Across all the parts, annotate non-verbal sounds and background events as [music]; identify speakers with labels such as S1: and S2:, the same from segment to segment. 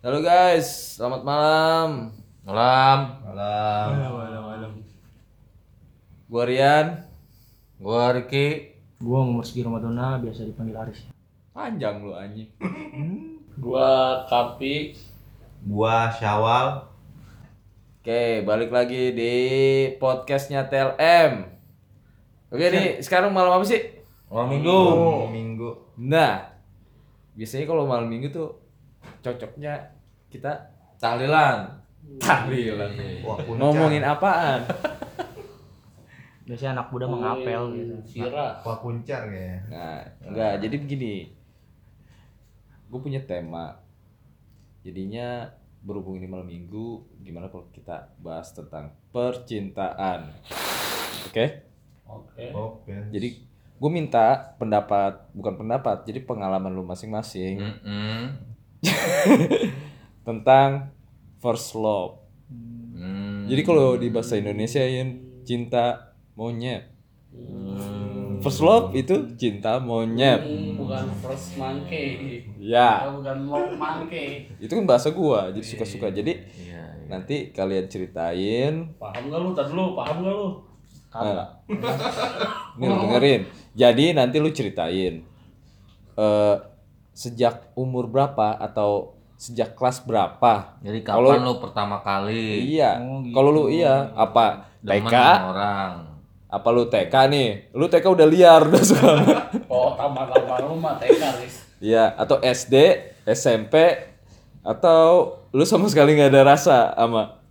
S1: Halo guys, selamat malam.
S2: Malam,
S3: Malam.
S1: Gua Rian.
S2: gua Riki.
S4: Gua Umar Segi Ramadona, biasa dipanggil Aris.
S1: Panjang lu anjing.
S2: Gua Tapi.
S3: Hmm. Gua Syawal.
S1: Oke, balik lagi di podcastnya TLM. Oke nih, sekarang malam apa sih?
S2: Malam Minggu.
S3: Minggu.
S1: Nah, biasanya kalau malam minggu tuh cocoknya kita
S2: Tahlilan.
S1: tahlilan.
S3: Wah, puncak.
S1: Ngomongin apaan?
S4: Biasanya anak muda
S5: Oh,
S4: mengapel
S5: iya.
S4: gitu.
S3: Wah, ya. puncar kayaknya.
S1: Nah, enggak. Jadi begini. Gue punya tema. Jadinya berhubung ini malam minggu, gimana kalau kita bahas tentang percintaan? Oke?
S3: Oke.
S1: Jadi gue minta pendapat, bukan pendapat, jadi pengalaman lu masing-masing
S2: Mm-mm.
S1: [laughs] tentang first love.
S2: Mm.
S1: Jadi kalau di bahasa Indonesia Yin, cinta monyet. First love itu cinta monyet.
S5: Hmm, bukan first monkey
S1: Ya.
S5: atau bukan log monkey
S1: Itu kan bahasa gua, jadi suka-suka. Jadi
S2: Iya, iya.
S1: nanti kalian ceritain
S5: paham gak lu tadi lu paham gak lu
S1: Nah, nih eh, lu dengerin jadi nanti lu ceritain eh sejak umur berapa atau sejak kelas berapa
S2: Jadi
S1: Kalau-
S2: kapan lu pertama kali
S1: iya kalau lu iya apa
S2: demen
S1: TK
S2: sama orang?
S1: apa lu TK nih lu TK udah liar [laughs] udah sekarang
S5: oh tambah tambah lu mah TK Riz
S1: iya atau SD SMP atau lu sama sekali nggak ada rasa sama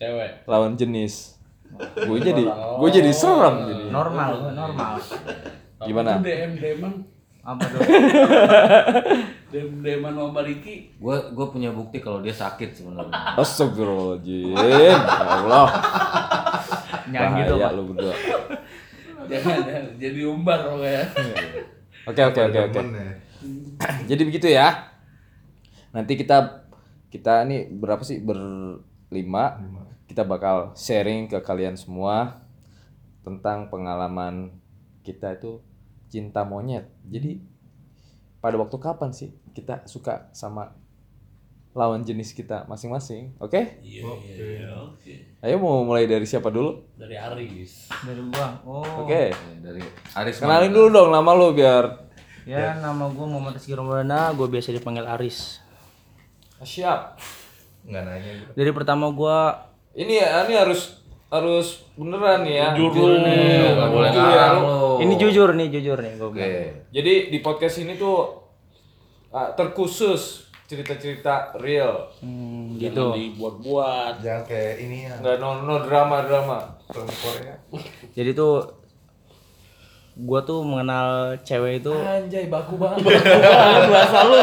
S5: cewek
S1: lawan jenis gue jadi gue jadi serem jadi
S4: Normal, normal.
S1: Gimana?
S5: Lu DM deman
S4: Apa dong?
S5: DM deman sama Bariki
S2: Gua gua punya bukti kalau dia sakit sebenarnya.
S1: Astagfirullahaladzim Ya Allah
S4: Jangan gitu,
S1: Bahaya
S4: Pak.
S1: lu berdua
S5: jangan jangan. jadi umbar lo ya
S1: Oke oke oke oke.
S3: Temen ya.
S1: Jadi begitu ya. Nanti kita kita nih berapa sih berlima? Kita bakal sharing ke kalian semua tentang pengalaman kita itu cinta monyet. Jadi pada waktu kapan sih kita suka sama lawan jenis kita masing-masing? Oke?
S5: iya iya iya, oke
S1: Ayo mau mulai dari siapa dulu?
S5: dari Aris
S4: Dari gua. Oh.
S1: Oke.
S2: Iya, Dari Aris
S1: Kenalin dulu dong nama lu biar
S4: Ya, nama gua Muhammad Segi Ramadana, gua biasa dipanggil Aris.
S1: Ah, siap.
S3: Enggak nanya gitu.
S4: Dari pertama gua
S1: Ini ya, ini harus harus beneran nih ya.
S5: Jujur nih.
S2: Nggak boleh
S1: Jujur ya,
S2: ngarang
S1: lu.
S2: lu.
S4: ini jujur nih, jujur nih gua.
S2: Oke.
S1: Jadi di podcast ini tuh ah, terkhusus cerita-cerita real,
S4: Hmm,
S1: Iya,
S5: gitu dibuat-buat
S3: Jangan kayak ini ya,
S1: nggak no, no drama drama.
S3: film Korea.
S4: Jadi tuh gua tuh mengenal cewek itu
S5: Eh.
S1: Anjay baku banget.
S5: bahasa lu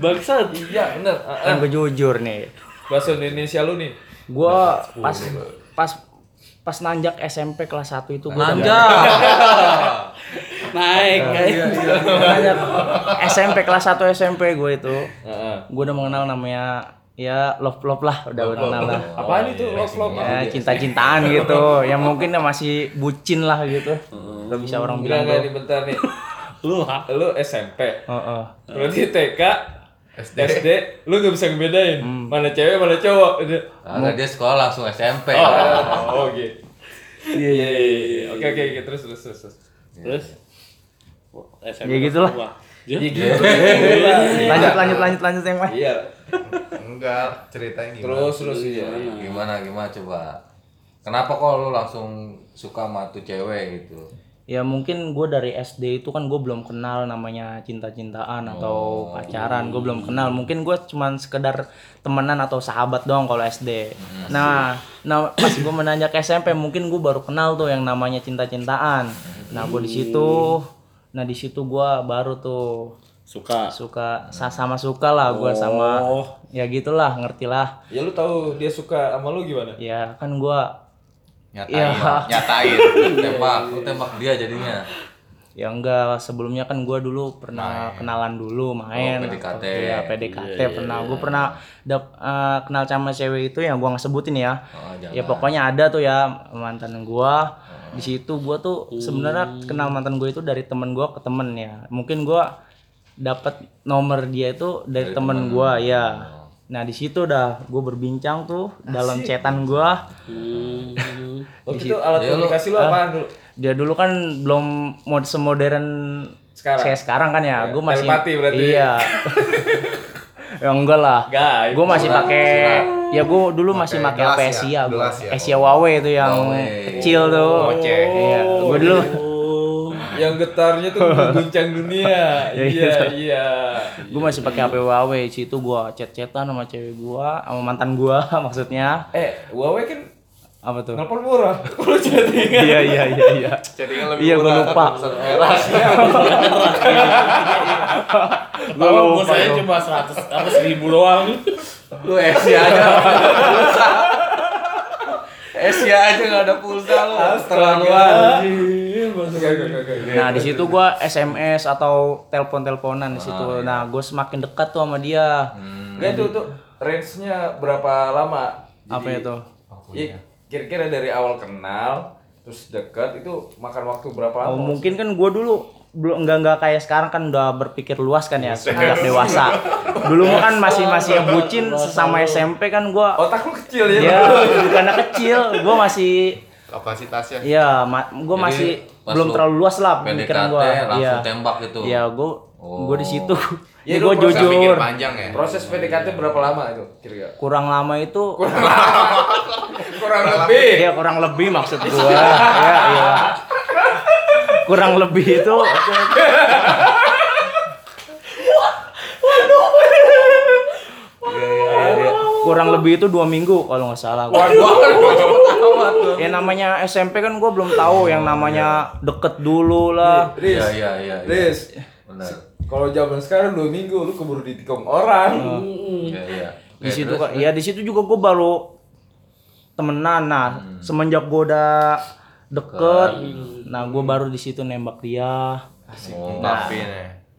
S5: bangsat
S1: iya bener. Ah,
S4: kan gua jujur nih.
S1: Bahasa Indonesia lu nih.
S4: Gua pas pas pas nanjak SMP kelas 1 itu gua
S2: Nanjak.
S5: [laughs] naik
S4: Iya,
S5: guys
S4: Banyak SMP kelas 1 SMP gue itu
S1: Heeh.
S4: gue udah mengenal namanya ya love love lah udah mengenal lah
S1: Apaan itu love love?
S4: ya cinta cintaan gitu yang mungkin ya masih bucin lah gitu nggak bisa orang
S1: Enggak
S4: bilang
S1: enggak
S4: tuh
S1: nih bentar nih.
S5: lu ha
S1: Lu SMP.
S4: Heeh.
S1: Berarti TK SD. lu gak bisa ngebedain
S2: Hmm.
S1: mana cewek mana cowok. Udah.
S2: Karena dia sekolah langsung SMP.
S1: Oh, oke. Iya iya iya. Oke oke oke, terus terus terus. terus.
S5: terus SMP
S4: Ya gitulah.
S5: gua.
S1: Ya gitu. Iya.
S4: lanjut lanjut lanjut lanjut yang lain
S1: Iya.
S3: Enggak, ceritanya gimana?
S1: Terus terus iya.
S2: Gimana gimana coba? Kenapa kok lu langsung suka sama tuh cewek gitu?
S4: ya mungkin gue dari SD itu kan gue belum kenal namanya cinta cintaan atau pacaran gue belum kenal mungkin gue cuman sekedar temenan atau sahabat doang kalau SD nah nah pas gue menanjak SMP mungkin gue baru kenal tuh yang namanya cinta cintaan nah gue di situ nah di situ gue baru tuh
S5: suka
S4: suka sa- sama suka lah gue sama ya gitulah ngerti lah
S1: Ya lu tahu dia suka sama lu gimana?
S4: ya kan gue
S2: nyatain
S3: Iya.
S2: nyatain tembak lu tembak dia jadinya
S4: ya enggak sebelumnya kan gue dulu pernah kenalan dulu main
S2: Oh, PDKT.
S4: Waktu ya PDKT
S2: Iya,
S4: pernah gue pernah dap- eh, kenal sama cewek itu yang gue nggak sebutin ya
S2: Oh, jangan. Oh.
S4: ya pokoknya ada tuh ya mantan gue di situ gue tuh sebenarnya kenal mantan gue itu dari temen gue ke temen
S2: Oh.
S4: ya mungkin gue dapat nomor dia itu dari, temen gue ya Nah di situ dah gue berbincang tuh dalam cetan gue.
S5: Hmm.
S1: Waktu
S4: Iya.
S1: itu alat
S2: Ya, lu-
S1: komunikasi lu apaan dulu?
S4: Dia dulu kan belum mod semodern
S1: Sekarang.
S4: saya sekarang kan ya.
S1: Ya,
S4: Gue masih
S1: telepati berarti. [laughs]
S4: Iya. ya enggak lah.
S5: Guys,
S4: Gue masih
S2: surat,
S4: pakai ya gue dulu masih
S3: Pakai
S4: pakai
S3: gelas
S4: apa
S3: ya,
S4: Asia gue.
S3: gelas ya.
S4: Asia Huawei itu yang
S2: Huawei.
S4: kecil tuh.
S1: Oh,
S3: Gocek.
S4: Iya. Gue dulu
S1: Yang getarnya tuh mengguncang dunia. [laughs]
S4: [laughs]
S2: [laughs]
S1: iya, iya.
S4: gue Gitu. masih pakai HP Huawei situ gue chat-chatan sama cewek gue sama mantan gue [laughs] maksudnya
S1: Eh, Huawei kan
S4: apa tuh
S1: nelpon [laughs] murah. Lu
S4: iya iya iya iya iya gue lupa
S5: Gue bos saya cuma 100 apa 1000 doang.
S2: Lu Asia Eh, aja. nggak ada pulsa. Asia aja gak ada pulsa lu. Terlaluan.
S1: Iya,
S4: nah di situ gue SMS atau telepon-teleponan di
S2: Ah,
S4: situ
S2: iya.
S4: nah gue semakin dekat tuh sama dia
S2: Hmm.
S1: Enggak Hmm. Ya, itu tuh range-nya berapa lama?
S4: apa itu
S1: Iya, kira-kira dari awal kenal terus deket itu makan waktu berapa
S4: oh,
S1: lama?
S4: mungkin kan gue dulu belum enggak enggak kayak sekarang kan udah berpikir luas kan ya sudah
S2: Iya.
S4: dewasa dulu kan masih masih bucin sesama SMP kan gue
S2: Oh,
S1: Otak lu kecil ya.
S2: iya.
S4: ya bukan anak kecil gue masih
S3: kapasitasnya
S4: Iya, gue
S2: Jadi,
S4: masih
S2: pas
S4: belum
S2: lu
S4: terlalu luas lah
S2: PDKT
S4: pemikiran gue.
S2: langsung
S4: Iya.
S2: tembak gitu. Oh.
S4: Iya, gue gue di situ.
S1: Ya,
S4: Ya,
S1: lu
S4: gue
S1: proses
S4: jujur.
S3: panjang ya
S2: Iya,
S1: Proses PDKT berapa lama itu kira-kira?
S4: Kurang lama itu
S1: Kurang lebih.
S4: ya kurang lebih maksud gue. Iya, iya. Kurang lebih itu kurang lebih itu dua minggu kalau nggak salah. gua. Ya namanya SMP kan gue belum tahu yang namanya deket dulu lah.
S2: Oh, Iya,
S1: Riz,
S2: iya, iya. iya.
S1: Riz,
S2: Benar.
S1: kalau zaman sekarang dua minggu lu keburu ditikung orang.
S2: Iya, iya.
S4: di
S2: Oke,
S4: situ
S2: terus.
S4: kan ya di situ juga gue baru temenan nah
S2: Hmm.
S4: semenjak gue udah deket nah gue baru di situ nembak dia
S2: Oh,
S3: Nah,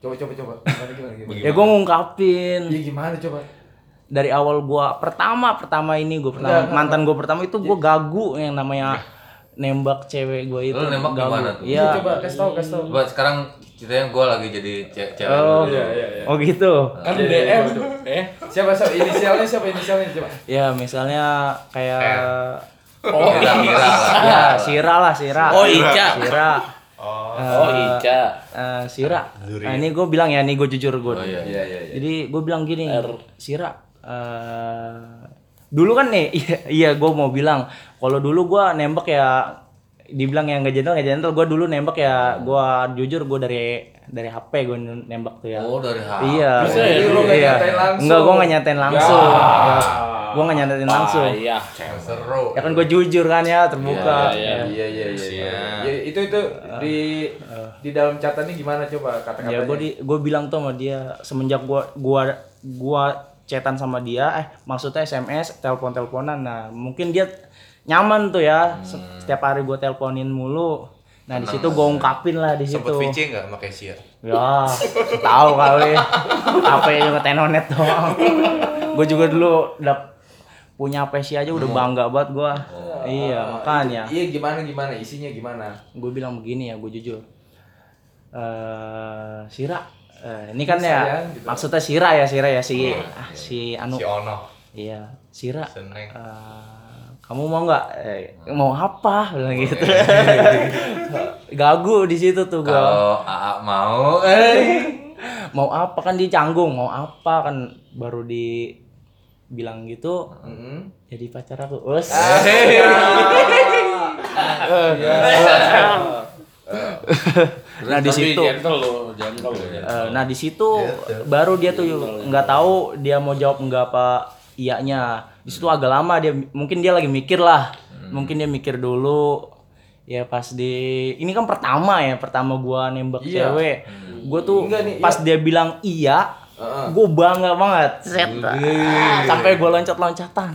S1: Coba coba coba. Gimana gimana gimana?
S4: ya gue ngungkapin
S1: Ya gimana coba?
S4: dari awal gue pertama pertama ini gue pertama mantan gue pertama itu gue gagu yang namanya nembak cewek gue itu
S2: Lu nembak
S4: gagu.
S2: gimana tuh?
S4: Iya.
S1: Coba kasih tau kasih tau.
S2: Coba sekarang ceritanya gue lagi jadi ce- cewek
S4: oh,
S3: iya,
S2: dulu.
S4: oh gitu
S1: Kan DM.
S5: Eh,
S1: Siapa siapa inisialnya siapa inisialnya coba?
S4: ya misalnya kayak
S2: Oh, kira-kira
S3: [laughs]
S2: lah.
S4: ya Sira lah Sira
S5: Oh, Ica.
S4: Sira
S5: Oh, Ica.
S4: Eh, Sira nah, ini gue bilang ya ini gue jujur gue
S2: Oh, iya.
S1: Iya iya iya.
S4: Jadi gue bilang gini, Sira, eh, dulu kan nih, [laughs] iya, iya gue mau bilang, kalau dulu gue nembak ya, dibilang yang gak gentle, gak gentle, gue dulu nembak ya, gue jujur gue dari dari HP gue nembak tuh ya.
S2: Oh, dari HP.
S4: Iya,
S5: Bisa ya,
S1: Jadi lu nggak
S4: iya.
S1: nyatain langsung. Ya.
S4: Enggak, gue gak nyatain langsung. Gue gak nyatain langsung.
S5: Ah, iya.
S3: seru
S4: Ya kan gue jujur kan ya, terbuka.
S5: Iya, iya,
S1: Iya iya iya. iya.
S4: Nah.
S1: Ya, itu itu di di dalam catatannya gimana coba
S4: ya
S1: kata-katanya?
S4: gue
S1: [laughs]
S4: di gue bilang tuh sama dia semenjak gue gua gua chatan sama dia eh maksudnya sms telepon teleponan nah mungkin dia nyaman tuh ya Se- setiap hari gue teleponin mulu nah di situ gue ungkapin lah di situ
S3: sempet VC nggak sama Kesia
S4: ya tahu kali apa yang ngetain onet doang gue juga dulu dap punya pesi aja udah bangga banget gue iya makanya
S1: Iya gimana gimana isinya gimana?
S4: gue bilang begini ya gue jujur eh Sira eh, ini kan ya
S1: Sayang, gitu.
S4: maksudnya Sira ya Sira ya si ah, si Anu
S3: si Ono
S4: iya Sira
S3: seneng
S4: eh, kamu mau nggak eh, mau apa bilang gitu [laughs] gagu di situ tuh gue
S2: Kalau AA mau, eh.
S4: mau apa kan dia canggung mau apa kan baru di bilang gitu
S5: Mm-hmm.
S1: Mm-mm.
S4: jadi pacar aku us
S5: Ah.
S4: [laughs] Eh.
S5: Iya.
S4: nah di situ
S5: Gentle lo, gentle ya. lo.
S4: Eh, nah di situ baru dia
S1: Iya,
S4: tuh nggak tahu dia mau jawab nggak apa iyanya di situ agak lama dia mungkin dia lagi mikir lah
S1: Hmm.
S4: mungkin dia mikir dulu ya pas di ini kan pertama ya pertama gua nembak
S1: Iya.
S4: cewek gua tuh pas dia bilang iya
S1: Heeh.
S4: gua bangga banget Set. Ah, sampai gua loncat loncatan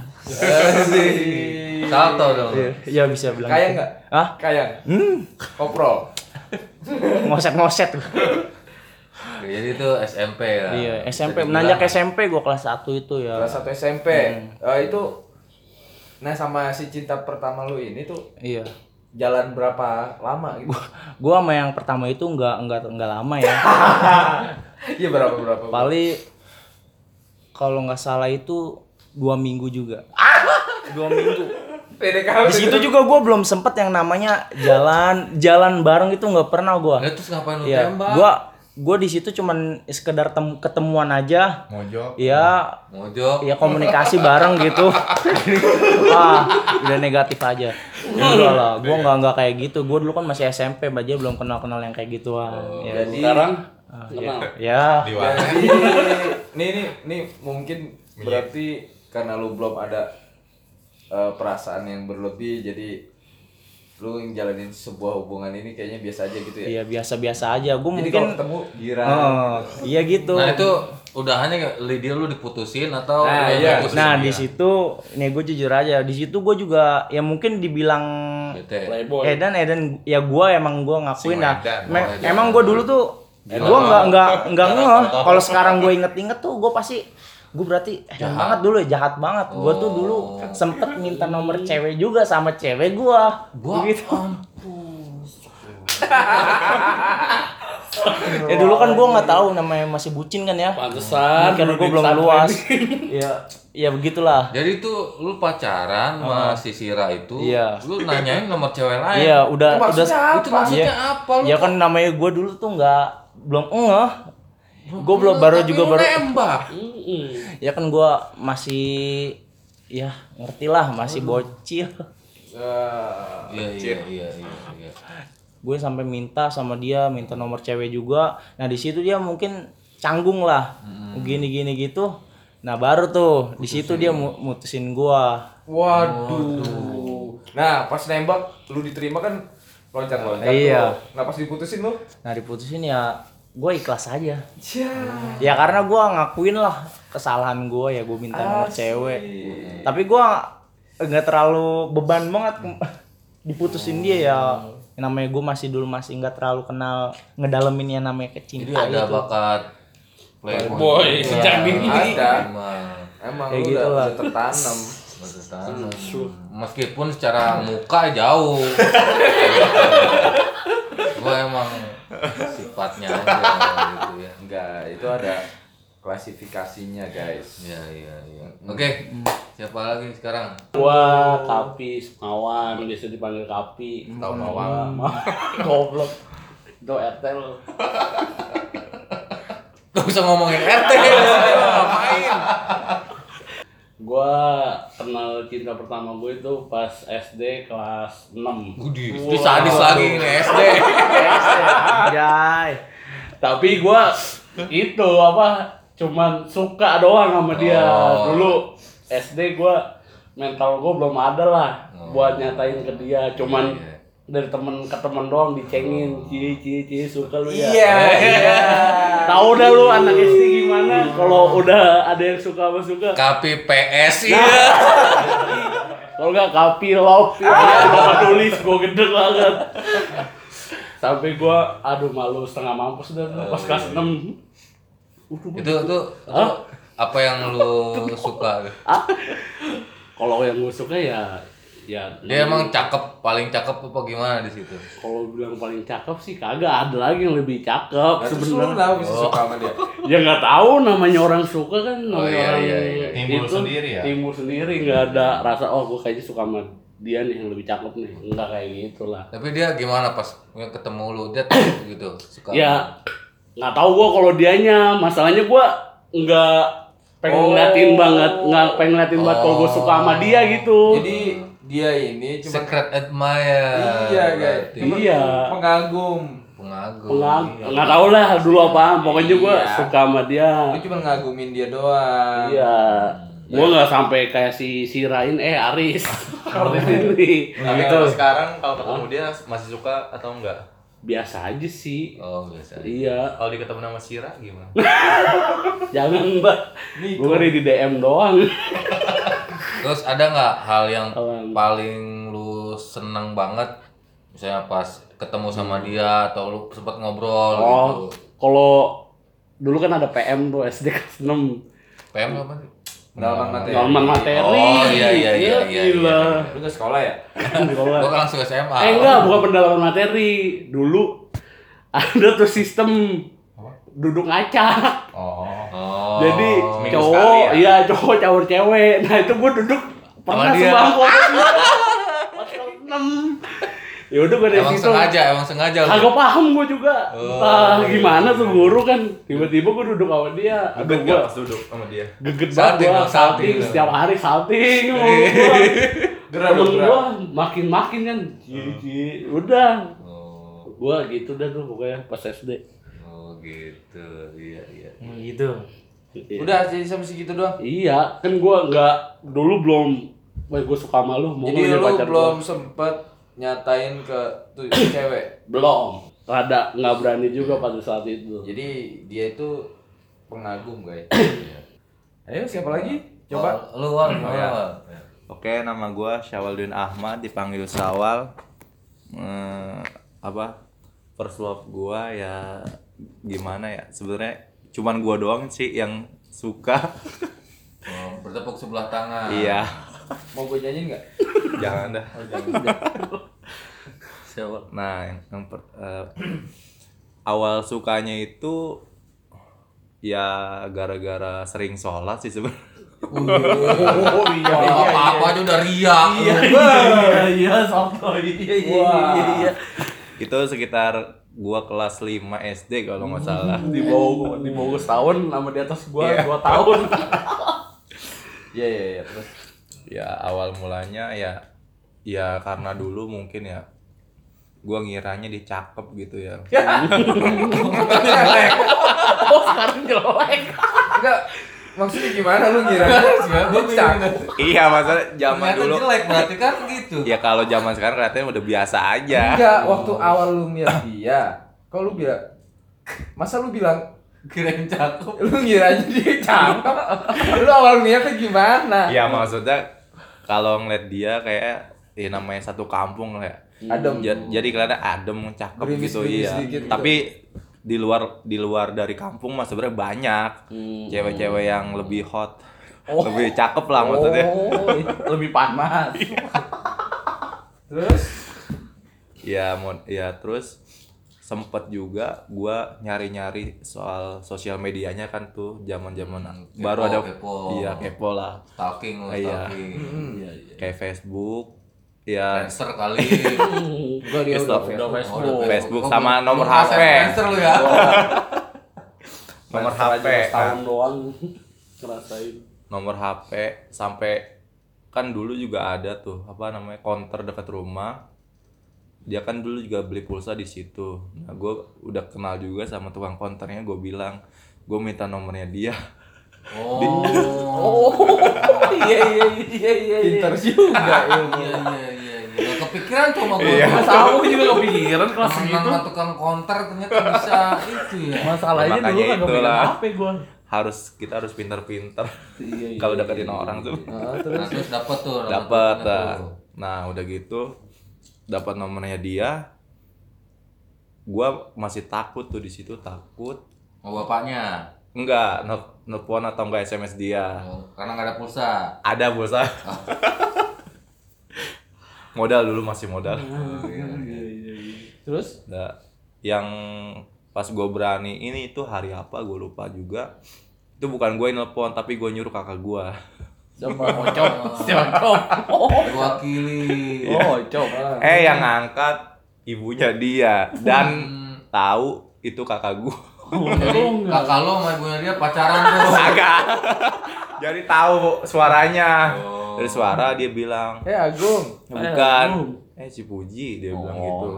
S2: Salto dong.
S4: ya bisa bilang
S1: Kaya
S4: gitu.
S1: nggak?
S4: Hah?
S1: Kayang.
S4: Hmm.
S1: Koprol.
S4: ngoset
S1: [laughs]
S4: ngoset
S2: Oke, Jadi itu SMP lah.
S4: iya SMP menanjak SMP gua kelas 1 itu ya
S1: Kelas satu SMP. Eh, itu nah sama si cinta pertama lu ini tuh
S4: iya
S1: jalan berapa lama [laughs] gitu?
S4: gua sama yang pertama itu
S1: [laughs]
S4: nggak nggak nggak lama ya
S1: Iya berapa berapa?
S4: paling kalau nggak salah itu dua minggu juga. Dua minggu. Di situ juga gue belum sempet yang namanya jalan jalan bareng itu nggak pernah gue.
S2: Ya, terus ngapain lu
S4: Iya,
S2: tembak?
S4: gue gue di situ cuman sekedar tem- ketemuan aja.
S3: Mojok.
S4: Iya,
S2: Mojok.
S4: ya komunikasi bareng gitu wah udah negatif aja enggak lah gue nggak nggak kayak gitu gue dulu kan masih SMP aja belum kenal kenal yang kayak gituan ya,
S5: Jadi sekarang
S4: ya,
S5: kenal.
S4: ya.
S3: Di
S1: Iya,
S3: warnet.
S1: Jadi, nih nih nih mungkin berarti karena lu belum ada eh, perasaan yang berlebih jadi lu jalanin sebuah hubungan ini kayaknya biasa aja gitu ya.
S4: ya biasa-biasa aja gue
S1: Jadi
S4: mungkin
S1: kalau ketemu girang.
S4: Oh, iya gitu
S2: Nah itu udahannya nggak- lidah lu diputusin atau
S1: Nah,
S2: lu
S1: iya.
S2: putusin
S4: nah di
S2: dia?
S4: situ nih gue jujur aja di situ gue juga ya mungkin dibilang
S2: Bete.
S5: Playboy.
S4: Edan Edan ya gue emang gue
S3: Si
S4: ngakuin lah
S3: Edan,
S4: Me-
S2: oh, Edan.
S4: emang gue dulu tuh gue nggak nggak nggak ngeh kalau sekarang gue inget-inget tuh gue pasti gue berarti Edan banget dulu ya jahat banget gue tuh dulu sempet minta nomor cewek juga sama cewek gue gitu [laughs] ya dulu kan gue nggak tahu namanya masih bucin kan ya
S5: Pantesan
S4: Mungkin
S5: dulu
S4: gue belum
S5: disamperin.
S2: [laughs]
S4: luas ya ya begitulah
S2: Jadi itu lu pacaran sama si Sira itu,
S4: Uh-huh. Iya.
S2: lu nanyain nomor cewek lain.
S4: Iya, udah
S2: Itu maksudnya
S4: udah
S2: Itu maksudnya
S4: Iya.
S2: apa lu?
S4: Ya kan namanya gue dulu tuh nggak belum ngeh. Gue belum baru
S2: Tapi
S4: juga
S2: lu
S4: baru.
S2: nembak.
S5: Mm-mm.
S4: Ya kan gue masih ya ngerti lah masih bocil.
S2: Iya, iya, iya, iya, iya.
S4: Gue sampai minta sama dia minta nomor cewek juga. Nah di situ dia mungkin canggung lah. Gini gini gitu. Nah baru tuh di situ dia mu- mutusin gue.
S1: Waduh. Nah, pas nembak lu diterima kan loncat-loncat
S4: Iya.
S1: tuh. Nah, pas diputusin lu.
S4: Nah diputusin ya gue ikhlas aja.
S1: Ya.
S4: Ya karena gue ngakuin lah kesalahan gue ya gue minta nomor cewek. Tapi gue nggak terlalu beban banget diputusin dia ya. Namanya gue masih dulu masih nggak terlalu kenal ngedalemin yang namanya
S2: Jadi
S4: kecintaan
S2: ada
S4: gitu.
S2: bakat Iya.
S5: Boy, jangan gini.
S1: Ada.
S2: Emang.
S1: Emang
S4: Kayak
S1: lu
S4: gitu
S1: udah,
S4: lah.
S1: udah tertanam.
S2: Bertahan. Meskipun secara muka jauh. Gua emang sifatnya aja gitu ya.
S1: Enggak, itu ada klasifikasinya, guys.
S2: Iya, iya, iya. Oke, siapa lagi sekarang?
S5: Gua Kapi Sumawan, biasa dipanggil Kapi. Tahu bawang. Goblok. Do Ertel.
S2: Gak usah ngomongin RT ya, ngapain?
S5: Gua kenal cinta pertama gue itu pas SD kelas 6.
S2: Budi, itu sadis lagi nih SD.
S4: Anjay.
S5: Tapi gua itu apa cuman suka doang sama dia.
S2: Oh.
S5: Dulu SD gua mental gua belum ada lah buat nyatain ke dia. Cuman
S2: Oh. Iya, Oh. iya.
S5: dari temen ke temen doang dicengin cie cie cie suka lu ya
S1: iya.
S5: tahu dah lu
S2: Iya.
S5: anak SD gimana kalau udah ada yang suka sama suka
S2: KPPS iya.
S5: kalau nggak kapi lop Iya, gua tulis gua gede banget sampai gua aduh malu setengah mampus dah
S2: Oh,
S5: tuh pas
S2: iya,
S5: kelas 6
S2: Itu tuh tuh, apa yang lu suka?
S5: kalau yang gue suka ya ya
S2: Dia emang cakep, paling cakep apa gimana di situ?
S5: kalau bilang paling cakep sih kagak ada lagi yang lebih
S1: Nah,
S5: cakep
S1: terus lu
S5: sebenarnya
S1: kenapa bisa suka sama dia?
S5: ya nggak tahu namanya orang suka kan namanya
S2: iya,
S5: orang
S2: iya, iya.
S3: Timbul sendiri ya?
S5: timbul sendiri nggak ada rasa oh gue kayaknya suka sama dia nih yang lebih cakep nih nggak kayak gitu gitulah
S2: Tapi dia gimana pas ketemu lu? Dia [coughs] gitu, suka.
S5: ya nggak tahu gue kalau dianya masalahnya gue nggak pengen
S1: Oh.
S5: ngeliatin banget nggak pengen ngeliatin banget kalau gue suka sama dia gitu
S1: Jadi dia ini cuma
S2: Secret admirer.
S1: Iya, guys.
S2: berarti.
S1: Cuma
S5: Iya.
S1: Pengagum.
S2: Pengagum.
S5: nggak nggak tahu lah dulu apaan pokoknya gue
S1: Iya.
S5: suka sama dia
S1: Lu cuma ngagumin dia doang.
S5: Iya. Gua nggak sampai kayak si Sirain eh Aris.
S2: [laughs]
S5: Iya. Aris ini.
S2: Nah,
S3: Tapi
S2: gitu.
S3: kalau sekarang kalau ketemu dia masih suka atau enggak?
S5: Biasa aja sih.
S2: Oh, biasa.
S5: Iya.
S3: Kalau diketemu sama Sira gimana?
S5: Jangan Mbak. Gua ngeri di DM
S2: Oh,
S5: doang.
S2: gitu. Terus ada nggak hal yang
S5: Apaan?
S2: paling lu seneng banget? Misalnya pas ketemu sama dia atau lu sempat ngobrol
S5: Hmm. Oh,
S2: gitu.
S5: kalau dulu kan ada PM tuh SD kelas 6.
S2: PM apa sih?
S1: Pendalaman materi.
S5: Norman materi.
S2: Oh, iya, iya, iya, iya, [laughs]
S5: Gila.
S1: Lu ke sekolah ya?
S5: Sekolah.
S2: Gua kan langsung SMA.
S5: Eh enggak, bukan pendalaman materi. Dulu ada tuh sistem duduk ngacak.
S3: Oh.
S2: Oh.
S5: Jadi
S2: Seminggu ya?
S5: cowok,
S3: sekali
S5: iya cowok caur cewek. Nah itu gue duduk pernah
S2: dia.
S5: sebangku.
S3: [laughs]
S5: Pas kelas enam. Ya udah gue dari
S2: Emang
S5: situ.
S2: sengaja, Oh, iya, emang sengaja. lu.
S5: Kagak paham gue juga. Entah gimana tuh guru kan. Tiba-tiba gue duduk sama dia. Aduh
S3: Aduh,
S5: gue
S3: gua pas duduk sama dia.
S5: geget banget
S2: Salting
S5: gue.
S2: dong, salting
S5: Salting
S2: dong.
S5: setiap hari
S2: [laughs]
S5: salting. mulu gua. Temen gue makin-makin kan.
S3: Hmm.
S5: Jijik. Udah.
S2: Oh,
S5: Gue gitu dah tuh pokoknya pas SD.
S2: oh gitu. Iya, iya.
S4: gitu.
S1: Udah jadi sampai segitu doang.
S5: Iya, kan gua nggak dulu belum Wah, gua suka sama lu, mau
S1: Jadi
S5: nggak jadi
S1: lu
S5: pacar
S1: belum
S5: gua?
S1: sempet nyatain ke tuh cewek.
S5: belum. Rada nggak berani juga pada saat itu. [laughs]
S1: Jadi dia itu pengagum, guys. Ayo siapa lagi? Coba.
S2: Oh, Lu Wan, gimana,
S1: iya.
S2: Wan?
S6: Oke, nama gua Syawaldin Ahmad, dipanggil Sawal. Eh, apa? First love gua ya gimana ya? Sebenarnya cuman gua doang sih yang suka.
S2: Oh, bertepuk sebelah tangan.
S6: Iya.
S1: Mau gue nyanyiin
S5: [laughs]
S1: nggak?
S6: Jangan dah.
S2: Siapa?
S6: Nah, yang, yang per- eh, awal sukanya itu ya gara-gara sering sholat sih sebenarnya.
S5: Oh, iya.
S2: apa-apa aja udah riak. Iya,
S6: [laughs]
S2: iya.
S4: [laughs]
S6: itu sekitar gua kelas 5 SD kalau nggak salah.
S5: Iya, Di bawah di bawah gua setahun sama di atas gua dua [laughs] tahun.
S1: Iya iya iya terus.
S6: ya awal mulanya ya ya karena dulu mungkin ya gua ngiranya dia cakep gitu ya
S5: Iya.
S4: Oh,
S1: Enggak. Maksudnya gimana lu ngira? Gue cakep.
S6: iya masalah zaman
S2: Ternyata
S6: dulu
S2: jelek berarti kan gitu.
S1: Iya.
S6: ya kalau zaman sekarang kelihatannya udah biasa aja
S5: Iya.
S1: Enggak, waktu awal lu ngeliat dia, kok lu bilang Masa lu bilang
S2: Kirain cakep.
S1: lu ngira aja dia cakep? lu awal ngeliatnya gimana?
S5: Iya.
S6: ya maksudnya kalau ngeliat dia kayak ya namanya satu kampung lah ya
S1: Hmm. Adem.
S6: Ja- jadi kelihatannya adem cakep
S1: Gerimis-gerimis
S6: gitu iya
S1: dikit gitu.
S6: tapi di luar di luar dari kampung mah sebenarnya banyak
S1: Hmm.
S6: cewek-cewek yang lebih hot
S1: Oh.
S6: lebih cakep lah maksudnya
S5: Oh, iya. Lebih panas.
S1: Terus
S6: ya mon ya terus sempet juga gua nyari-nyari soal sosial medianya kan tuh zaman-zaman
S2: Hmm,
S6: baru
S2: kepo,
S6: ada
S2: kepo.
S6: iya kepo lah
S2: Stalking lu,
S6: Iya.
S2: stalking. Iya, iya.
S6: kayak Facebook ya
S2: Friendster kali.
S1: gua dia udah
S6: Stop.
S1: Facebook.
S2: Oh,
S5: Facebook.
S2: udah
S6: Facebook sama nomor
S2: Lu merasa
S6: HP.
S2: Friendster lu ya.
S6: nomor
S5: Aja
S6: HP kan.
S5: setahun doang ngerasain.
S6: nomor HP sampai kan dulu juga ada tuh apa namanya counter dekat rumah dia kan dulu juga beli pulsa di situ nah gue udah kenal juga sama tukang konternya gue bilang gue minta nomornya dia
S2: Oh.
S4: Iya iya iya iya.
S1: Pinter juga ilmu.
S2: Iya, iya, iya. iya. Nggak kepikiran tuh sama gue.
S5: Sama gua juga kepikiran kelas
S2: Temenan
S5: gitu.
S2: sama tukang konter ternyata bisa itu ya.
S5: Masalahnya dulu
S6: Makanya
S5: kagak
S6: itulah.
S5: pegang HP gua. Iya,
S6: harus kita harus pinter-pinter kalau deketin orang tuh
S1: Heeh, terus
S2: Nah, terus dapat ah. tuh. nomor
S6: dapat
S2: teleponnya
S6: nah.
S2: tuh.
S6: Nah, udah gitu dapat nomornya dia gua masih takut tuh di situ takut
S2: Sama bapaknya.
S6: enggak nel- nelpon atau enggak SMS dia
S2: Oh, Karena nggak ada pulsa.
S6: ada ah. pulsa [laughs] modal dulu masih modal
S1: terus
S6: Nah, yang pas gue berani ini itu hari apa gue lupa juga itu bukan gue nelpon tapi gue nyuruh kakak gua
S2: Oh. [laughs] Diwakili.
S1: oh cok
S6: eh yang ngangkat ibunya dia dan tahu itu kakak gua
S5: Oh, iya.
S2: Jadi kakak lo sama ibunya dia pacaran
S6: [laughs]
S2: tuh.
S6: Agak. Jadi tahu suaranya. Dari suara dia bilang,
S1: eh Agung
S6: "Bukan. Eh si Puji,"
S2: Oh.
S6: dia bilang gitu.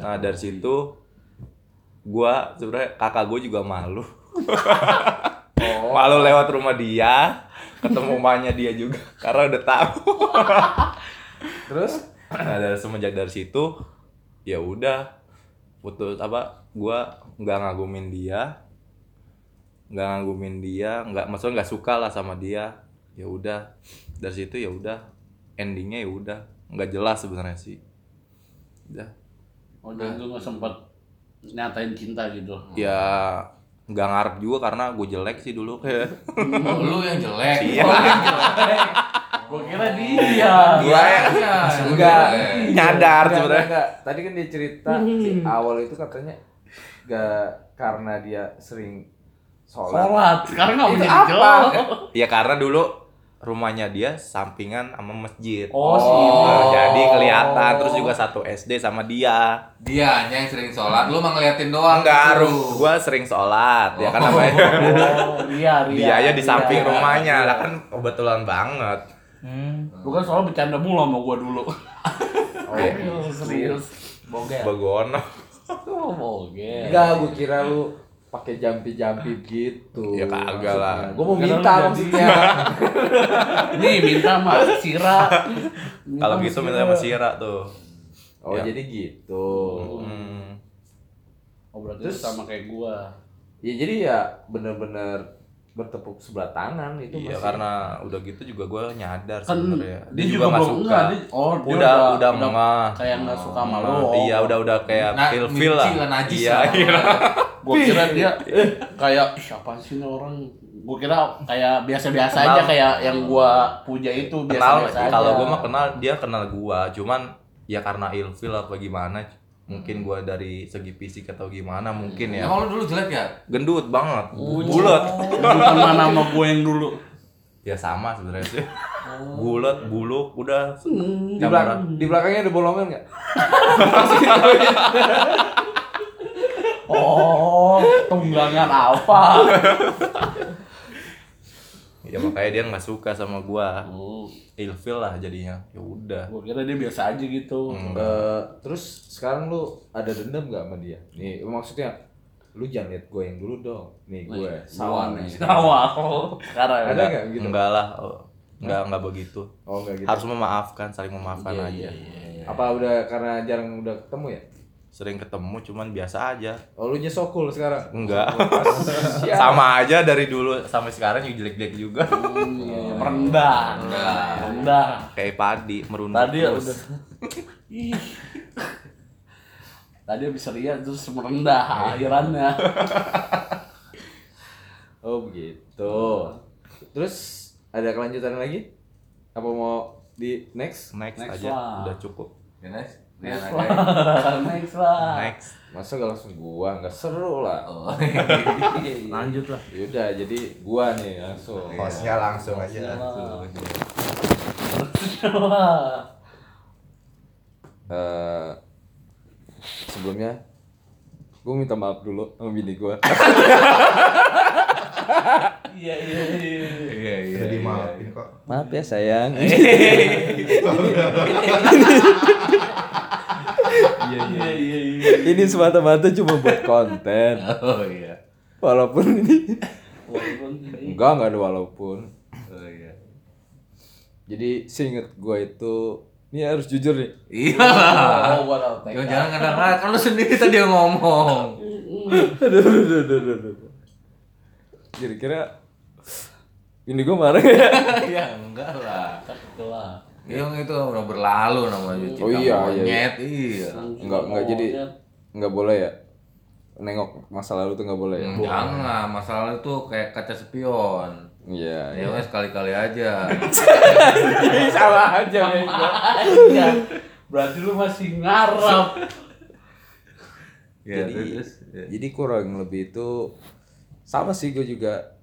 S6: Nah, dari situ gua sebenarnya kakak gua juga malu. malu lewat rumah dia, ketemu mamanya dia juga karena udah tahu.
S1: terus
S6: Nah, dari semenjak dari situ ya udah putus apa gua nggak ngagumin dia nggak ngagumin dia nggak maksudnya nggak suka lah sama dia ya udah dari situ ya udah endingnya ya udah nggak jelas sebenarnya sih udah
S5: Oh, dan gua nggak sempat nyatain cinta gitu.
S6: ya nggak ngarep juga karena gue jelek sih dulu [laughs]
S2: Oh, lu yang jelek.
S6: Iya.
S2: Oh, yang jelek.
S5: Gua kira dia.
S6: Gua ya.
S2: Iya, yang
S1: Enggak.
S2: jelek.
S1: Enggak, Iya,
S6: nyadar
S1: enggak,
S6: sebenarnya
S1: enggak. tadi kan dia cerita di awal itu katanya gak karena dia sering
S6: sholat.
S5: Sholat. Sekarang nggak punya
S6: apa?
S5: jawab.
S6: Ya karena dulu rumahnya dia sampingan sama masjid.
S5: Oh, sih.
S6: Nah, jadi kelihatan terus juga satu SD sama dia.
S2: Dia yang sering sholat, lu mah ngeliatin
S5: Oh,
S2: doang.
S6: Enggak,
S2: gitu.
S6: rum gua sering sholat ya kan
S2: Oh.
S6: namanya.
S5: Oh, [laughs] iya, iya.
S6: Dia aja di samping
S5: Iya.
S6: rumahnya, lah kan kebetulan banget.
S4: Hmm.
S5: Lu kan soalnya bercanda mulu sama gua dulu.
S1: Oh,
S6: Iya.
S5: Serius. Bogel.
S6: Begono.
S5: Oh, bogel.
S1: Enggak, gue kira lu pakai jampi-jampi gitu.
S6: Ya kagak lah.
S1: Gue mau
S5: Karena lu
S1: minta
S5: jadi-
S1: maksudnya.
S6: [laughs]
S5: Nih minta sama Sira. Minta
S6: Kalau
S5: sama
S6: gitu
S5: Sira.
S6: minta sama Sira tuh.
S1: Oh,
S6: Ya.
S1: jadi gitu.
S6: Hmm.
S5: Oh, berarti
S1: Terus-
S5: lu sama kayak gua.
S1: Ya jadi ya bener-bener bertepuk sebelah tangan itu
S6: Iya
S1: masih.
S6: karena udah gitu juga gue nyadar
S5: Kan
S6: sebenarnya.
S5: dia juga
S6: nggak
S5: belum- enggak, dia- oh, dia
S6: udah
S5: udah-
S6: udah
S5: udah
S6: mengah.
S5: Kayak nggak suka sama lu.
S6: Mengah. Iya udah udah kayak
S2: Oh. Nah,
S6: feel feel lah.
S2: minci lah, najis
S6: Iya
S2: lah.
S6: iya.
S5: Gua kira dia kayak "Ih, siapa sih ini orang? Gua kira kayak biasa-biasa aja
S6: Kenal.
S5: kayak yang gua puja itu
S6: [laughs] Kenal
S5: biasa-biasa aja.
S6: kalau gue mah kenal dia kenal gue. Cuman ya karena ilfil apa gimana mungkin gue dari segi fisik atau gimana mungkin ya
S2: Hmm. Emang lu dulu jelek ya? Oh.
S6: gendut banget bulat
S5: bukan mana sama gua yang dulu.
S6: [laughs] ya sama sebenarnya sih
S2: Oh.
S6: bulat buluk udah
S2: Hmm.
S1: di, belakang, di belakangnya ada bolongan nggak?
S5: Oh, tunggangan apa?
S6: ya makanya dia nggak suka sama gue
S2: Oh.
S6: ilfil lah jadinya ya udah
S5: Gua kira dia biasa aja gitu.
S6: Hmm.
S1: Eh, terus sekarang lu ada dendam nggak sama dia? Nih maksudnya lu jangan lihat gue yang dulu dong. Nih gue sawah nih.
S5: Awal. Sekarang ya.
S1: Ada nggak gitu?
S6: Enggak lah, oh, enggak enggak begitu.
S1: Oh nggak gitu. Iya.
S6: Harus memaafkan, saling memaafkan
S2: Iya,
S6: aja.
S1: Apa udah karena jarang udah ketemu ya?
S6: Sering ketemu cuman biasa aja.
S1: Oh lu nya sokul sekarang? Oh, iya.
S6: Enggak. Sama aja dari dulu sampai sekarang juga jelek-jelek juga.
S5: Iya, merendah. Merendah.
S6: Kayak padi merunduk.
S5: Tadi ya
S6: terus.
S5: udah. Ih. Tadi habis ria terus merendah akhirannya.
S1: [laughs] Oh begitu. Terus ada kelanjutan lagi? Apa mau di next?
S6: Next,
S5: Next
S6: aja
S5: lah.
S6: udah cukup.
S2: Ganes? Dia nanya.
S5: [laughs] Next lah.
S6: Next.
S1: Masa gak langsung gua? Nggak seru lah. [laughs]
S2: Oh.
S4: Lanjut lah.
S1: Yaudah jadi gua nih langsung.
S7: Iya.
S6: Hostnya langsung aja.
S1: Eh, sebelumnya gue minta maaf dulu sama bini gue
S5: Iya iya iya.
S2: Iya, iya.
S7: dimaafin kok
S1: maaf ya sayang
S5: Iya iya iya.
S1: [laughs] ini semata-mata cuma buat konten
S2: Oh iya.
S1: walaupun ini
S5: Walaupun ini-
S1: enggak enggak ada walaupun
S2: Oh iya.
S1: jadi seinget gue itu ini harus jujur nih
S2: Iya lah.
S5: Oh, walau
S2: Jangan jangan kadang kan lu sendiri tadi yang ngomong.
S1: aduh aduh aduh aduh, aduh. kira-kira ini gue marah ya
S2: ya enggak lah.
S5: Kelar.
S2: Yang itu udah berlalu namanya cinta
S1: Oh, iya, iya,
S2: monyet. Iya.
S1: enggak enggak jadi enggak boleh ya nengok masa lalu tuh enggak boleh ya
S2: Hmm, Jangan, masalah itu kayak kaca sepion.
S1: iya
S2: Ya wes kali-kali aja.
S1: salah aja
S4: [laughs]
S1: bego.
S5: Iya. Berarti lu masih ngarap.
S2: Ya,
S1: jadi
S2: terus, ya.
S1: jadi kurang lebih itu sama sih gue juga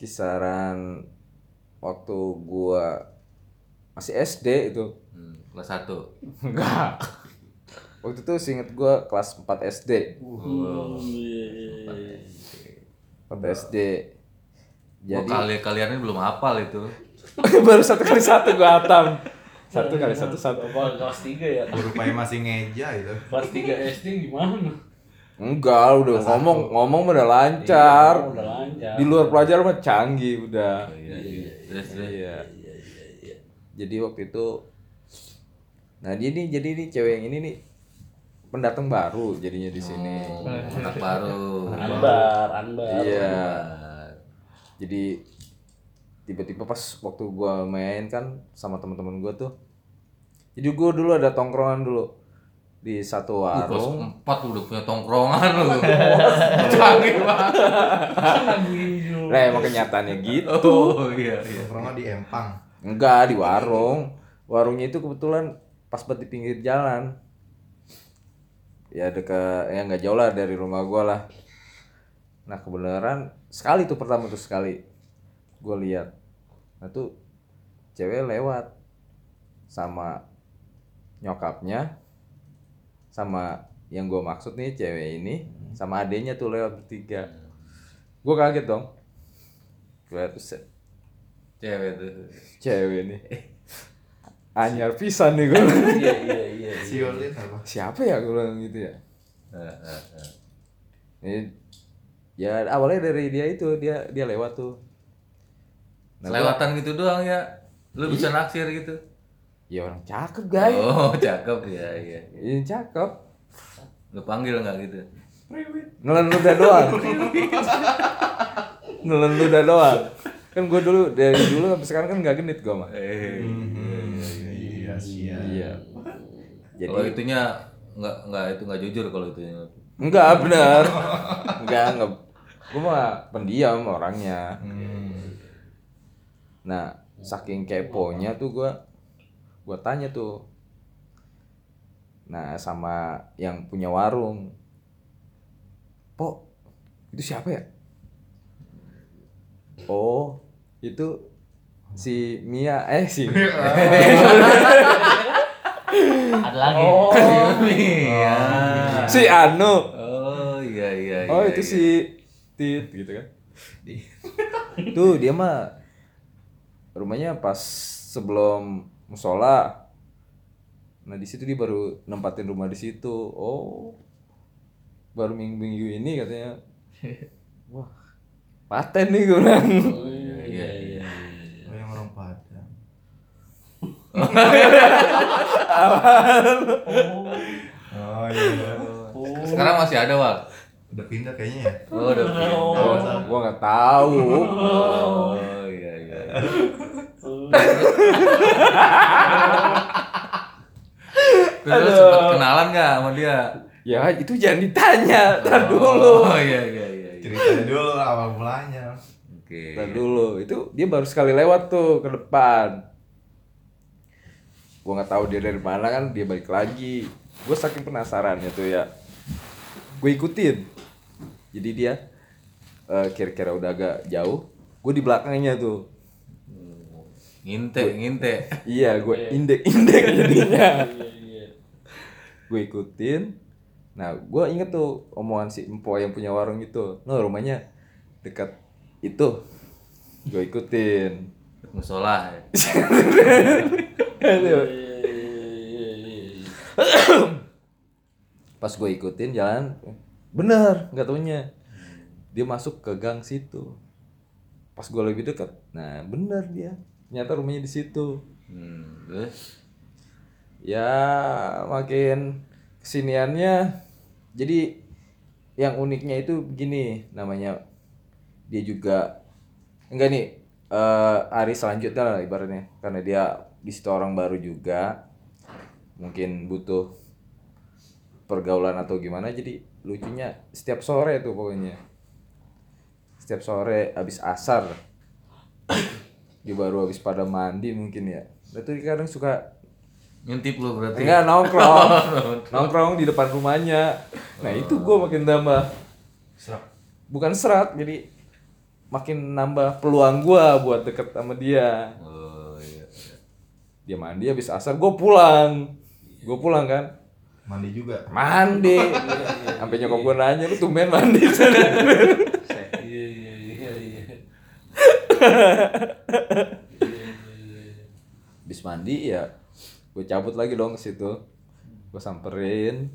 S1: kisaran waktu gua masih SD itu
S2: Hmm, kelas 1.
S1: enggak waktu itu seinget gua kelas 4 SD
S5: Hmm, Iya.
S1: 4 SD
S2: Jadi
S1: jadi
S2: kali kalian ini belum hafal itu.
S1: [laughs] baru satu kali satu gua hatam satu kali satu satu
S5: Apa kelas 3 ya?
S7: rupanya masih ngeja itu
S5: Kelas 3 SD gimana?
S1: enggak udah ngomong ngomong mah udah Iya, lancar
S5: Oh, udah lancar.
S1: di luar pelajar mah canggih udah
S2: Terus terus.
S1: Iya. Jadi waktu itu Nah, dia nih jadi nih cewek yang ini nih pendatang baru jadinya di sini.
S2: Oh, anak baru.
S5: Anbar, Anbar.
S1: Iya. Jadi tiba-tiba pas waktu gua main kan sama teman-teman gua tuh. Jadi gua dulu ada tongkrongan dulu di satu
S2: Terus
S1: warung.
S2: empat udah punya tongkrongan lu. [laughs] Canggih banget.
S1: Nah, emang kenyataannya gitu.
S2: [laughs] Oh iya iya.
S7: nongkrongnya di empang
S1: Enggak, di warung. Warungnya itu kebetulan pas banget di pinggir jalan. Ya dekat ya nggak jauh lah dari rumah gua lah. Nah kebenaran sekali tuh pertama tuh sekali gue lihat. Nah tuh cewek lewat sama nyokapnya sama yang gue maksud nih cewek ini sama adenya tuh lewat bertiga. Gue kaget dong. Gue set
S2: Cewek tuh.
S1: cewek nih. Anyar pisan nih gue.
S2: Eh. [laughs] Iya iya iya.
S7: Siolin apa?
S1: Siapa ya gue bilang gitu ya.
S2: Nah, nah,
S1: iya.
S2: nah.
S1: Ini ya awalnya dari dia itu dia dia lewat tuh. Nah, gua- Iya.
S2: Selewatan gitu doang ya. Lu bisa naksir gitu.
S1: Ya orang cakep guys.
S2: Oh, [laughs] cakep ya iya.
S1: Ini cakep.
S2: Lu panggil nggak gitu?
S1: Nelen ludah
S7: [laughs]
S1: doang. Nelen ludah doang. Kan gue dulu dari dulu sampai sekarang kan nggak genit gue mah.
S2: Eh.
S7: Iya sih ya.
S1: Iya.
S2: Kalau
S1: Jadi
S2: itunya nggak nggak itu nggak jujur kalau itunya.
S1: enggak benar. Enggak enggak. Gue mah pendiam orangnya. Nah, saking keponya tuh gua gua tanya tuh. Nah, sama yang punya warung. Po, itu siapa ya? Oh, itu si Mia eh si
S4: Ada lagi.
S2: iya.
S1: si Anu.
S2: Oh iya iya.
S1: Oh,
S2: iya,
S1: itu
S2: iya.
S1: si Tit gitu kan. [laughs] Tuh dia mah rumahnya pas sebelum musola. Nah di situ dia baru nempatin rumah di situ. Oh, baru minggu minggu ini
S2: [laughs]
S1: katanya. Wah, paten nih gue bilang.
S2: Iya iya.
S7: Oh, yang orang Padang. Oh iya.
S2: Sekarang masih ada wal.
S7: Udah pindah kayaknya ya.
S2: Oh udah. pindah.
S1: Oh. Oh, gue nggak tahu.
S2: Oh iya iya. Terus lu sempet kenalan nggak sama dia?
S1: Ya itu jangan ditanya. Tar dulu.
S2: [laughs] Oh iya iya iya. iya.
S7: Ceritain dulu awal mulanya.
S2: Oke.
S1: Ntar Nah, dulu. Itu dia baru sekali lewat tuh ke depan. Gua nggak tahu dia dari mana kan dia balik lagi. Gue saking penasarannya tuh ya. Gue ikutin. Jadi dia eh, kira-kira udah agak jauh. Gue di belakangnya tuh.
S2: Nginte nginte.
S1: Iya, gue indek-indek jadinya. gue ikutin. Nah, gue inget tuh omongan si Empo yang punya warung itu. No, rumahnya dekat itu. Gue ikutin.
S2: Musola. ya?
S1: pas gue ikutin jalan bener nggak taunya dia masuk ke gang situ pas gue lebih dekat nah bener dia ternyata rumahnya di situ
S2: Hmm, terus
S1: ya makin kesiniannya jadi yang uniknya itu begini namanya dia juga enggak nih eh hari selanjutnya lah ibaratnya karena dia di situ orang baru juga mungkin butuh pergaulan atau gimana jadi lucunya setiap sore tuh pokoknya setiap sore habis asar dia baru habis pada mandi mungkin ya itu kadang suka
S2: ngintip lu berarti. Oh,
S1: Enggak
S2: [laughs]
S1: nongkrong. [laughs] nongkrong di depan rumahnya. Nah, itu gue makin nambah bukan serat jadi makin nambah peluang gue buat deket sama dia.
S2: Oh iya. iya.
S1: Dia mandi habis asar gue pulang.
S2: Iya.
S1: Gue pulang kan.
S7: Mandi juga.
S1: Mandi. Sampai nyokap gue nanya lu tumben
S5: [laughs]
S1: mandi.
S5: Iya iya iya iya.
S1: habis mandi ya gue cabut lagi dong ke situ. Gue samperin,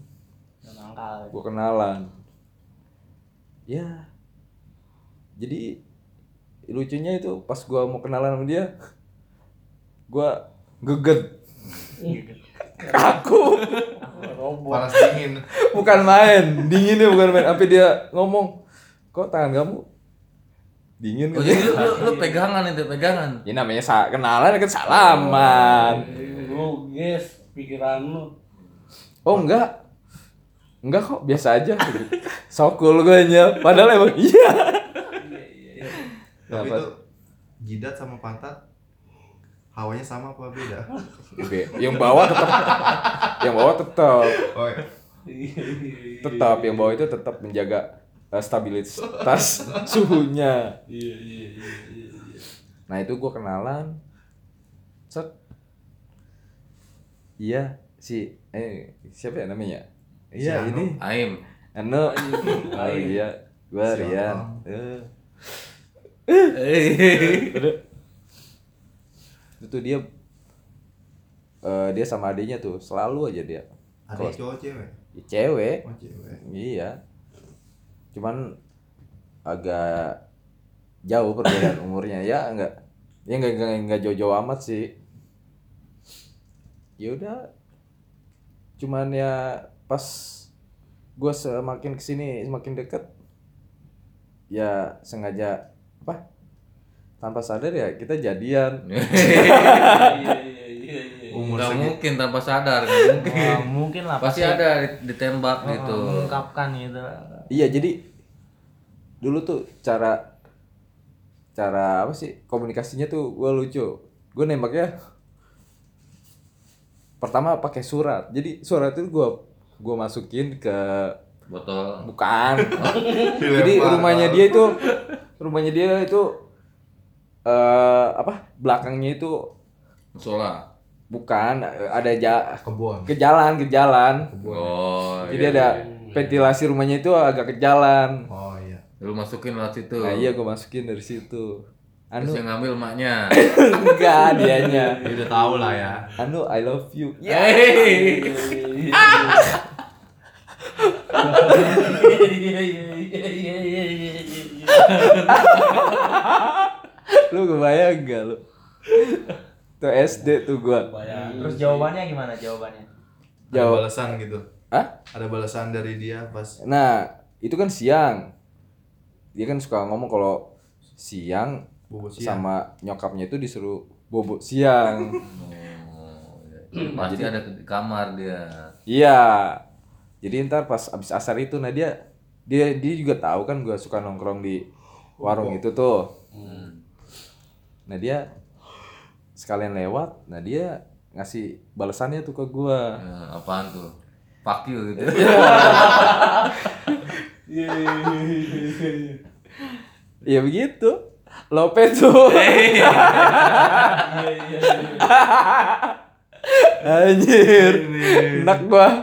S4: Nangkal.
S1: gue kenalan ya jadi lucunya itu pas gua mau kenalan sama dia gua geget kaku
S7: Panas dingin.
S1: bukan main dinginnya bukan main sampai dia ngomong kok tangan kamu dingin
S2: Oh,
S1: kan
S2: jadi lu, lu, lu pegangan itu pegangan.
S1: ya namanya sa- kenalan kan salaman
S5: iya. Lu guys pikiran lu.
S1: oh enggak enggak kok biasa aja sokul gue nya padahal emang iya
S7: Tapi
S1: Apa?
S7: itu jidat sama pantat hawanya sama apa beda?
S1: Be- yang bawah tetap yang bawah tetap
S7: Oh, iya.
S5: Iya iya.
S1: tetap yang bawah itu tetap menjaga eh, stabilitas [laughs] suhunya.
S5: Iya, iya, iya, iya.
S1: Nah itu gue kenalan. Set. Iya si eh siapa ya namanya? Iya
S7: Si Anu.
S1: ini.
S2: Aim.
S1: Ano. Oh iya. Gue
S7: Si
S1: Rian.
S7: Anong.
S1: Eh.
S5: Eh.
S1: Itu tuh dia eh, dia sama adiknya tuh selalu aja dia.
S7: Ada
S1: Kalau-
S7: cowok cewek?
S1: Ya, cewek.
S7: Oh cewek.
S1: Iya. Cuman agak jauh perbedaan umurnya ya enggak. Ya enggak enggak, enggak jauh-jauh amat sih. Ya udah. Cuman ya pas gua semakin kesini semakin deket ya sengaja apa tanpa sadar ya kita jadian
S5: Iya, iya, iya, iya.
S7: Umur
S2: Gak
S7: segitu.
S2: mungkin tanpa sadar, nggak mungkin.
S4: Wah, mungkin lah
S2: Pasti ada ditembak
S4: Oh,
S2: gitu.
S4: mengungkapkan gitu
S1: Iya jadi dulu tuh cara cara apa sih komunikasinya tuh gue lucu. Gue nembaknya pertama pakai surat. Jadi surat itu gue gue masukin ke
S2: Botol.
S1: bukan. jadi
S7: Dilempar,
S1: rumahnya
S7: tahu.
S1: dia itu rumahnya dia itu eh apa belakangnya itu
S2: Musola.
S1: bukan ada ja
S7: Kebun.
S1: ke jalan ke jalan.
S2: Oh,
S1: Jadi ada ventilasi rumahnya itu agak ke jalan.
S7: Oh iya.
S2: lu masukin lewat situ.
S1: Nah iya gue masukin dari situ. [laughs]
S2: Terus
S1: Anu
S2: yang ngambil maknya.
S1: enggak dianya.
S7: Dia udah tahu lah ya.
S1: Anu I love you. Ya.
S2: [laughs] Oh, Yeay.
S1: Lu kebayang gak lu? Tuh SD tuh gua.
S4: terus jawabannya gimana jawabannya
S7: Ada
S1: Jawab.
S7: balasan gitu.
S1: Hah?
S7: Ada balasan dari dia pas.
S1: Nah, itu kan siang. Dia kan suka ngomong kalau siang,
S7: Bobo siang.
S1: sama nyokapnya itu disuruh bobo siang.
S2: Pasti ada di kamar dia.
S1: Iya. Jadi ntar pas abis asar itu nah dia dia dia juga tahu kan gua suka nongkrong di warung itu tuh. Nah dia sekalian lewat, nah dia ngasih balasannya tuh ke gua.
S2: Eh, apaan tuh? Fuck you gitu. [laughs]
S1: Iya begitu. Lope tuh. Anjir. Enak gua.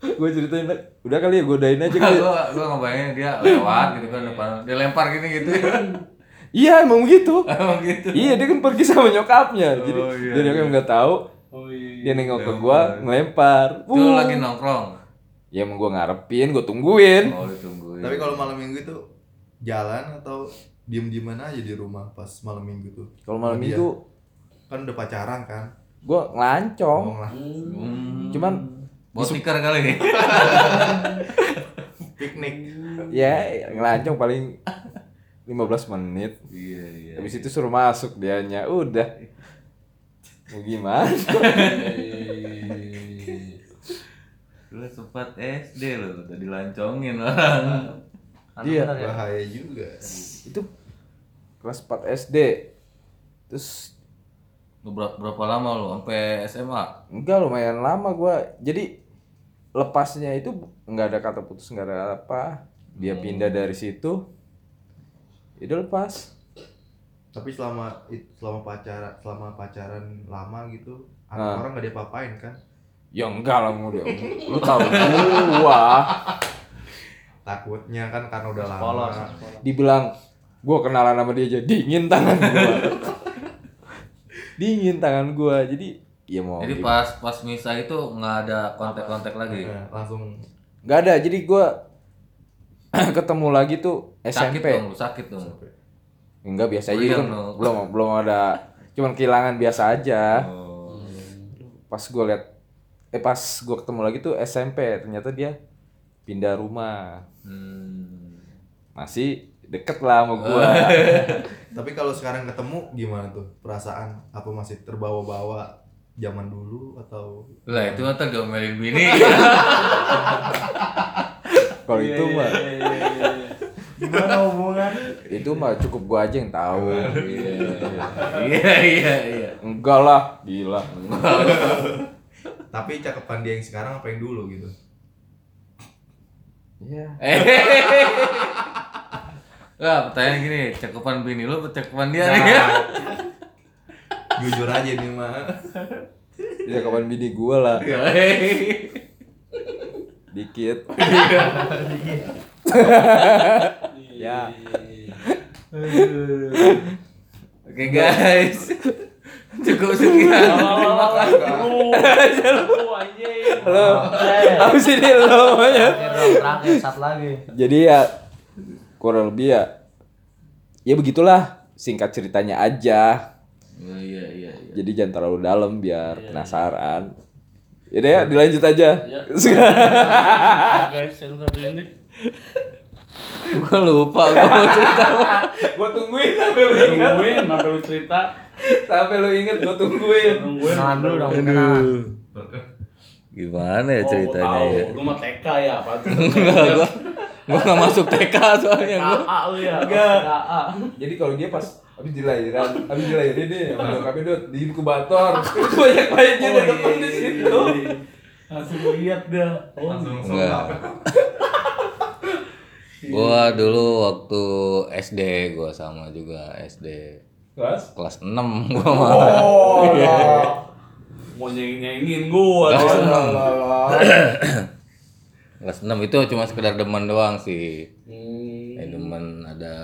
S1: Gua ceritain enak. Udah kali ya godain aja kali. ya.
S2: gua gua ngebayangin dia lewat gitu kan depan dia lempar gini gitu.
S1: Iya emang begitu.
S2: [laughs] Emang gitu.
S1: Iya dia kan pergi sama nyokapnya.
S2: Oh,
S1: Jadi
S2: iya,
S1: dia nyokap nggak tahu.
S5: Oh, iya.
S1: Dia nengok ke gua, ngelempar.
S2: Itu
S1: Uh.
S2: lagi nongkrong.
S1: Ya emang gua ngarepin, gua tungguin.
S2: Oh, ditungguin.
S7: Tapi kalau malam minggu itu jalan atau diem di mana aja di rumah pas malam minggu tuh?
S1: Kalau malam
S7: Sama
S2: Oh,
S7: dia.
S1: minggu
S2: iya.
S7: kan udah pacaran kan?
S1: gua ngelancong.
S2: Oh,
S7: Ngomong lah.
S1: Cuman
S2: Bawa tikar kali. [laughs]
S7: Piknik.
S1: ya ngelancong paling 15 menit.
S2: Iya, iya.
S1: Habis itu suruh masuk dianya. Udah. Mau
S2: [laughs]
S1: gimana?
S2: Lu sempat SD lo, udah dilancongin orang.
S1: Iya.
S4: Anak bener ya?
S7: Bahaya juga.
S1: itu kelas 4 SD. Terus
S2: Lu berapa, berapa lama lu sampai SMA?
S1: enggak lumayan lama gua. Jadi lepasnya itu enggak ada kata putus, enggak ada apa. Dia
S2: Hmm.
S1: pindah dari situ. Itu lepas.
S7: Tapi selama selama pacaran selama pacaran lama gitu,
S1: Ah.
S7: orang nggak diapa-apain kan?
S1: Ya enggak lah mau dia. Lu tahu gua
S7: Takutnya kan karena udah lama.
S4: polos polos.
S1: dibilang gua kenalan sama dia aja dingin tangan gua. dingin tangan gua. Jadi ya mau
S2: Jadi
S1: gimana.
S2: pas pas misah itu nggak iya. ada kontak-kontak lagi.
S7: Nah, langsung
S1: Gak ada, jadi gua [clears throat] ketemu lagi tuh
S2: Sakit
S1: SMP.
S2: dong, lu sakit dong.
S1: Enggak biasa aja
S2: Belum
S1: kan
S2: dong. Oh.
S1: belum belum ada cuman kehilangan biasa aja. Pas gua lihat eh pas gua ketemu lagi tuh SMP, ternyata dia pindah rumah.
S2: Hmm.
S1: Masih deket lah sama
S4: [laughs]
S1: gua.
S4: Iya,
S7: Tapi kalau sekarang ketemu gimana tuh perasaan? Apa masih terbawa-bawa zaman dulu atau
S2: Lah itu ntar diomelin bini.
S1: Kalau itu
S4: iya,
S1: mah
S4: gimana hubungan
S1: itu mah cukup gua aja yang tahu.
S2: [laughs] Iya iya iya. [laughs]
S1: Enggak lah, gila.
S7: tapi cakepan dia yang sekarang apa yang dulu gitu?
S1: Iya.
S2: Eh, Enggak, pertanyaan gini, cakupan bini lu, apa cakupan dia nih. [laughs]
S7: Jujur aja nih mah.
S1: Ya kapan bini gue lah. Dikit.
S4: Iya.
S1: [laughs] ya.
S2: Oke guys. [laughs] Cukup sekian. Terima kasih.
S1: Lo. Habis ini lo. ya.
S4: Terakhir satu lagi.
S1: Jadi ya kurang lebih ya ya begitulah singkat ceritanya aja.
S2: Oh, Iya, iya, iya.
S1: Jadi jangan terlalu dalam biar penasaran. Yaudah ya, dilanjut aja. [laughs]
S5: guys yang satu ini
S2: Gua lupa gua mau cerita. apa.
S1: gue tungguin sampai lu
S5: nungguin sampai lu cerita
S1: sampai lu inget gue tungguin.
S5: nungguin
S4: Kenalan dulu dong,
S5: sampai lu-
S4: kenalan.
S2: Gimana ya
S5: Oh,
S2: ceritanya
S5: gua
S2: ya?
S5: tahu. lu mah TK ya apa tuh
S2: Enggak, gua gua enggak masuk TK soalnya gua.
S5: AA lu ya
S1: Enggak.
S5: AA
S1: Jadi kalau dia pas habis dilahiran, habis dilahirin deh sama nyokapnya Dut, di inkubator. Banyak banyak dia
S5: Oh,
S1: datang
S5: iya,
S1: di
S5: iya,
S1: situ.
S5: iya. langsung lihat dah oh
S2: Enggak. Gua dulu waktu SD gua sama juga SD
S1: Kelas
S2: kelas 6 [laughs] gua mah.
S5: Eh. Oh. mau nyanyi nyanyiin gua
S2: Kelas
S5: dia.
S2: 6. [clears throat] kelas 6 itu cuma sekedar demen doang sih. Eh, demen ada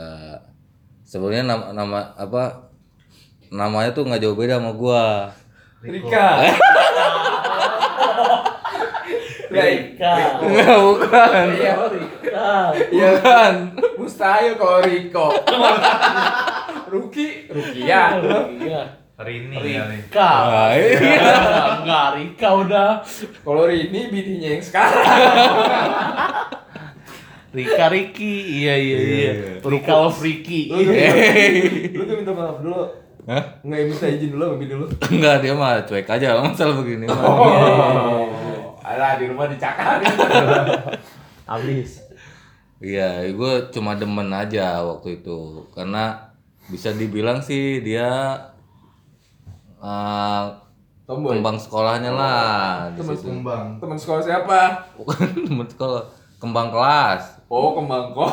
S2: sebenarnya nama, nama apa namanya tuh nggak jauh beda sama gua.
S1: Rika. Rika.
S2: Enggak bukan. [clears throat]
S1: Iya,
S4: Ah,
S1: Iya kan. Mustahil kalau Riko. Ruki, Rukia.
S5: iya
S3: Rini kali.
S5: Rika
S2: Ah, iya.
S5: enggak Rika udah
S1: Kalau Rini bininya yang sekarang.
S5: Rika Riki iya iya iya Rika love Riki Iya.
S1: Lu tuh minta- lu tuh minta maaf dulu.
S2: Hah?
S1: Nggak minta izin dulu sama bini lu.
S2: Enggak dia mah cuek aja masalah begini mah.
S1: Oh. Alah di rumah dicakarin.
S4: Habis.
S2: Iya, gue cuma demen aja waktu itu karena bisa dibilang sih dia eh
S1: Tomboy.
S2: kembang sekolahnya lah di
S1: Teman
S2: situ.
S7: Kembang.
S1: Teman sekolah siapa?
S2: Bukan [laughs] teman sekolah, kembang kelas.
S1: Oh, kembang kol.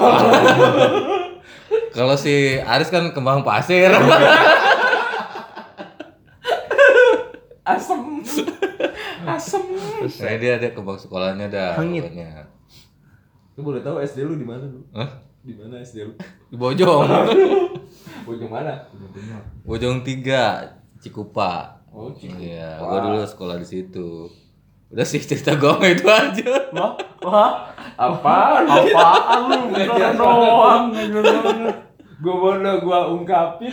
S2: Kalau si Aris kan kembang pasir. [laughs]
S1: Asem. Asem.
S2: nah, dia ada kembang sekolahnya dah.
S4: Hangit.
S2: pokoknya.
S1: Lu boleh tahu SD lu di mana lu?
S2: Hah?
S1: Di mana SD lu?
S2: Di Bojong.
S1: Bojong mana?
S2: [laughs] Bojong 3, Cikupa.
S1: Oh, Cikupa.
S2: Iya, gua dulu sekolah di situ. Udah sih cerita gua mah itu aja. [laughs]
S5: wah wah
S1: Apaan? [laughs]
S5: apaan lu bener doang bener doang.
S1: Gua bodoh, gua ungkapin.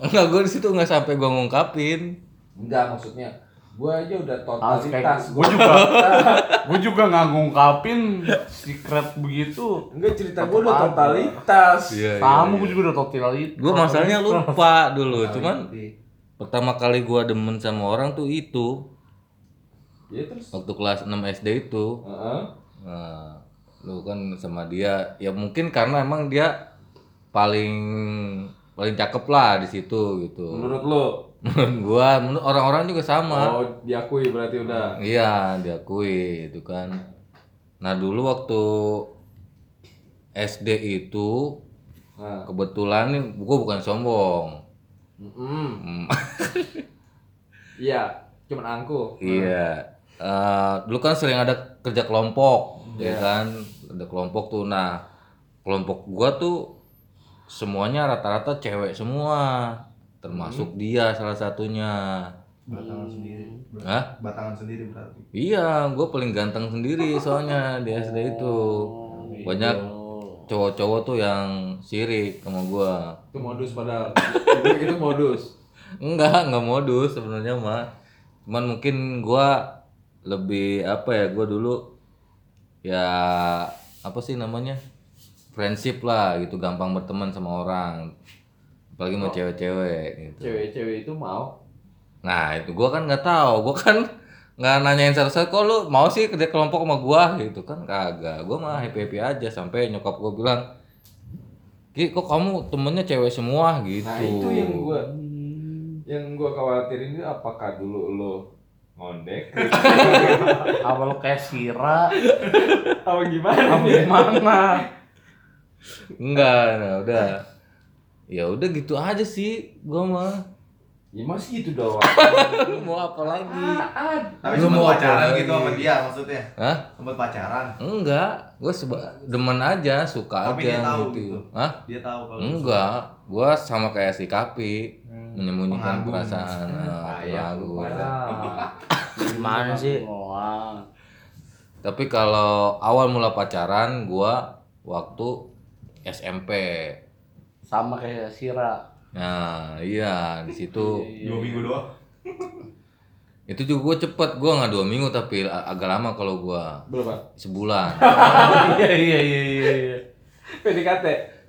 S2: Enggak, gua di situ enggak sampai gua ngungkapin.
S1: Enggak, maksudnya gua aja udah
S5: Aspek.
S1: totalitas.
S5: Gue juga, gue juga nggak ngungkapin secret begitu.
S1: Enggak cerita gua udah
S5: Apaan?
S1: totalitas.
S5: Kamu gue juga udah totalitas.
S2: Gue masalahnya lupa dulu,
S1: Nah,
S2: cuman pertama kali gua demen sama orang tuh itu
S1: Ya terus.
S2: waktu kelas 6 SD itu.
S1: Heeh.
S2: Nah, lu kan sama dia ya mungkin karena emang dia paling paling cakep lah di situ gitu.
S1: Menurut lu,
S2: Menurut gua, menurut orang-orang juga
S1: oh
S2: sama.
S1: diakui berarti udah.
S2: Iya, diakui itu kan. Nah, dulu waktu SD itu
S1: Nah.
S2: kebetulan nih gua bukan sombong.
S1: Mm-mm.
S2: Hmm,
S1: [laughs] Iya, cuman angku.
S2: Iya. Eh, dulu kan sering ada kerja kelompok, ya kan? Ada kelompok tuh. Nah, kelompok gua tuh semuanya rata-rata cewek semua, termasuk dia salah satunya.
S7: Batangan sendiri. Ber-
S2: Hah?
S7: Batangan sendiri berarti.
S2: Iya, gue paling ganteng sendiri soalnya di SD itu.
S5: Oh.
S2: Banyak cowok-cowok tuh yang sirik sama gue.
S1: Itu modus padahal. itu modus.
S2: Enggak, enggak modus sebenarnya mah. Cuman mungkin gue lebih apa ya, gue dulu ya apa sih namanya? Friendship lah gitu, gampang berteman sama orang. Apalagi
S1: Oh.
S2: sama cewek-cewek gitu.
S1: Cewek-cewek itu mau.
S2: Nah itu gua kan nggak tahu, gua kan nggak nanyain satu-satu kok lu mau sih kerja kelompok sama gua gitu kan kagak, gua mah happy happy aja sampai nyokap gua bilang, ki kok kamu temennya cewek semua gitu.
S1: Nah, itu yang gua yang gua khawatirin itu apakah dulu lo ngondek [laughs]
S5: Apa lo kayak Sira?
S1: apa gimana?
S5: Apa gimana?
S2: Enggak, nah udah. Ya udah gitu aja sih gua mah.
S1: Ya masih gitu dong. [laughs]
S2: Mau apa lagi?
S7: Tapi
S2: Lu
S7: sempet
S2: mau apa
S7: pacaran
S2: lagi?
S7: gitu sama dia maksudnya.
S2: Hah?
S7: Sempet pacaran.
S2: Enggak, gua seba- demen aja, suka
S7: Tapi dia
S2: aja
S7: tahu
S2: gitu.
S7: gitu.
S2: Hah?
S7: Dia tahu kalau
S2: Enggak, gua sama kayak si Kapi menyembunyikan
S7: Pengagum.
S2: perasaan ah, lagu.
S5: Ah.
S4: Gimana sih?
S5: Wah.
S2: Tapi kalau awal mula pacaran gua waktu SMP.
S5: Sama kayak Sira.
S2: Nah, iya di situ
S7: dua minggu doang.
S2: itu juga gue cepet gue nggak dua minggu tapi a- agak lama kalau gue
S1: Berapa?
S2: sebulan
S5: [laughs] Iya iya iya iya. iya.
S1: PDKT.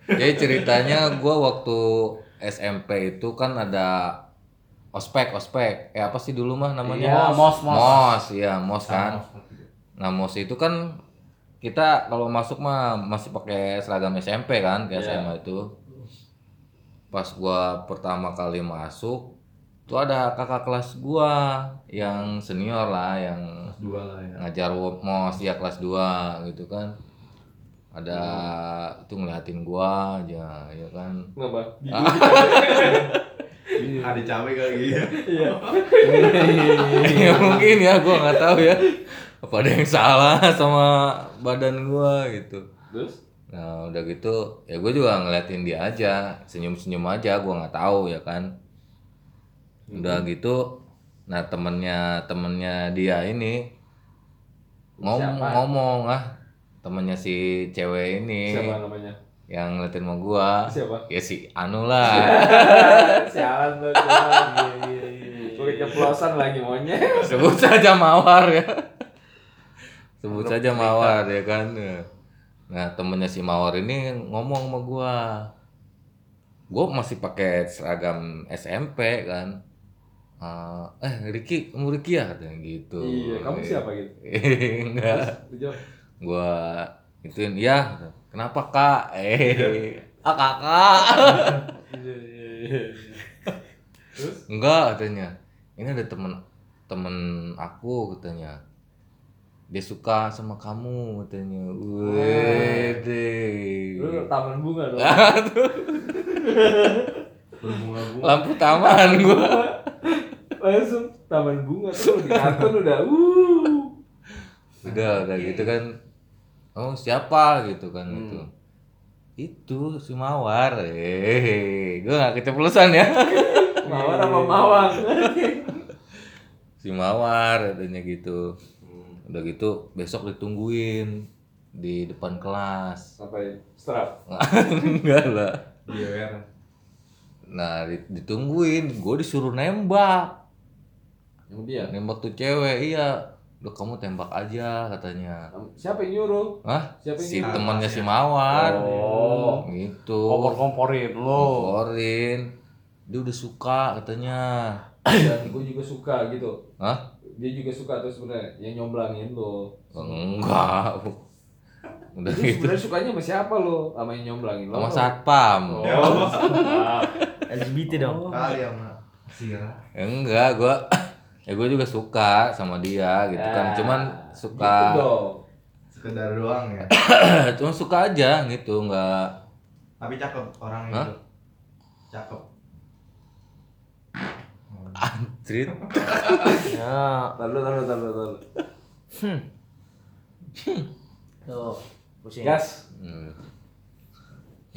S2: jadi ceritanya gue waktu SMP itu kan ada ospek ospek eh apa sih dulu mah namanya
S5: Iya, mos, mos.
S2: mos iya mos kan nah mos itu kan kita kalau masuk mah masih pakai seragam SMP kan kayak SMA itu pas gua pertama kali masuk tuh ada kakak kelas gua yang senior lah yang
S7: Dua lah ya.
S2: ngajar mos ya kelas 2 gitu kan ada itu ngeliatin gua aja ya kan
S1: Kenapa?
S7: Ada cabai kali gitu.
S2: ya [laughs] mungkin ya gua nggak tahu ya apa ada yang salah sama badan gua gitu
S5: Terus?
S2: nah udah gitu ya gue juga ngeliatin dia aja senyum senyum aja gua nggak tahu ya kan udah gitu nah temennya temennya dia ini ngomong ngomong ah temennya si cewek ini
S5: Siapa namanya?
S2: yang ngeliatin sama gua
S5: Siapa?
S2: ya si Anu
S5: [laughs]
S2: lah
S1: Sialan lu.
S5: Iya,
S1: Gue keceplosan lagi monyet.
S2: [laughs] sebut saja mawar ya sebut
S5: Anu
S2: saja mawar ya kan nah temennya si mawar ini ngomong sama gua gua masih pakai seragam SMP kan Eh, eh Riki kamu Riki ya katanya gitu
S5: Iya, kamu siapa gitu?
S2: [laughs] enggak
S5: Dijawab.
S2: gua ituin ya kenapa kak [laughs] eh ah kakak
S5: Iya iya iya.
S2: [laughs] enggak katanya ini ada temen temen aku katanya dia suka sama kamu katanya wede
S5: Lu taman bunga dong.
S2: lampu taman [laughs] gua
S5: Langsung taman bunga tuh di kantor udah uh.
S2: udah udah gitu kan oh siapa gitu kan itu itu si mawar [laughs] eh gua nggak keceplosan ya
S5: Mawar
S1: Iya,
S5: sama mawang.
S2: si mawar katanya gitu
S5: Hmm.
S2: udah gitu besok ditungguin di depan kelas [laughs]
S5: Apa ya? Strap.
S2: enggak lah
S7: Iya kan.
S2: Nah, di- ditungguin, gue disuruh nembak.
S1: Kemudian
S2: Nembak tuh cewek, iya. Udah kamu tembak aja katanya.
S1: um, siapa yang nyuruh?
S2: Hah?
S1: Siapa yang
S2: si
S1: nyuruh?
S2: temannya si Mawar.
S5: Nah, ya. Oh.
S2: Gitu.
S5: Kompor-komporin lo.
S2: Komporin. Dia udah suka katanya.
S1: Dan gue juga suka gitu.
S2: Hah?
S1: Dia juga suka tuh sebenarnya yang nyomblangin lo.
S2: Enggak. [laughs] Udah
S1: Lu
S2: gitu.
S1: sebenarnya sukanya sama siapa lo? Sama yang nyomblangin lo?
S2: Sama
S5: Oh.
S2: satpam.
S7: Ya Allah.
S4: LGBT dong.
S7: Kali sama Sira.
S2: Enggak, gua [clears throat] ya gue juga suka sama dia gitu kan. Cuman suka
S1: Ah, Gitu
S2: [clears throat]
S1: dong.
S7: Sekedar doang ya.
S2: cuma suka aja gitu, enggak
S7: Tapi cakep orang
S2: Hah?
S7: itu. Cakep.
S2: antrit.
S4: Ya,
S1: Taruh, taruh, taruh, taruh.
S4: tuh. Pusing.
S1: Gas.
S2: Hmm.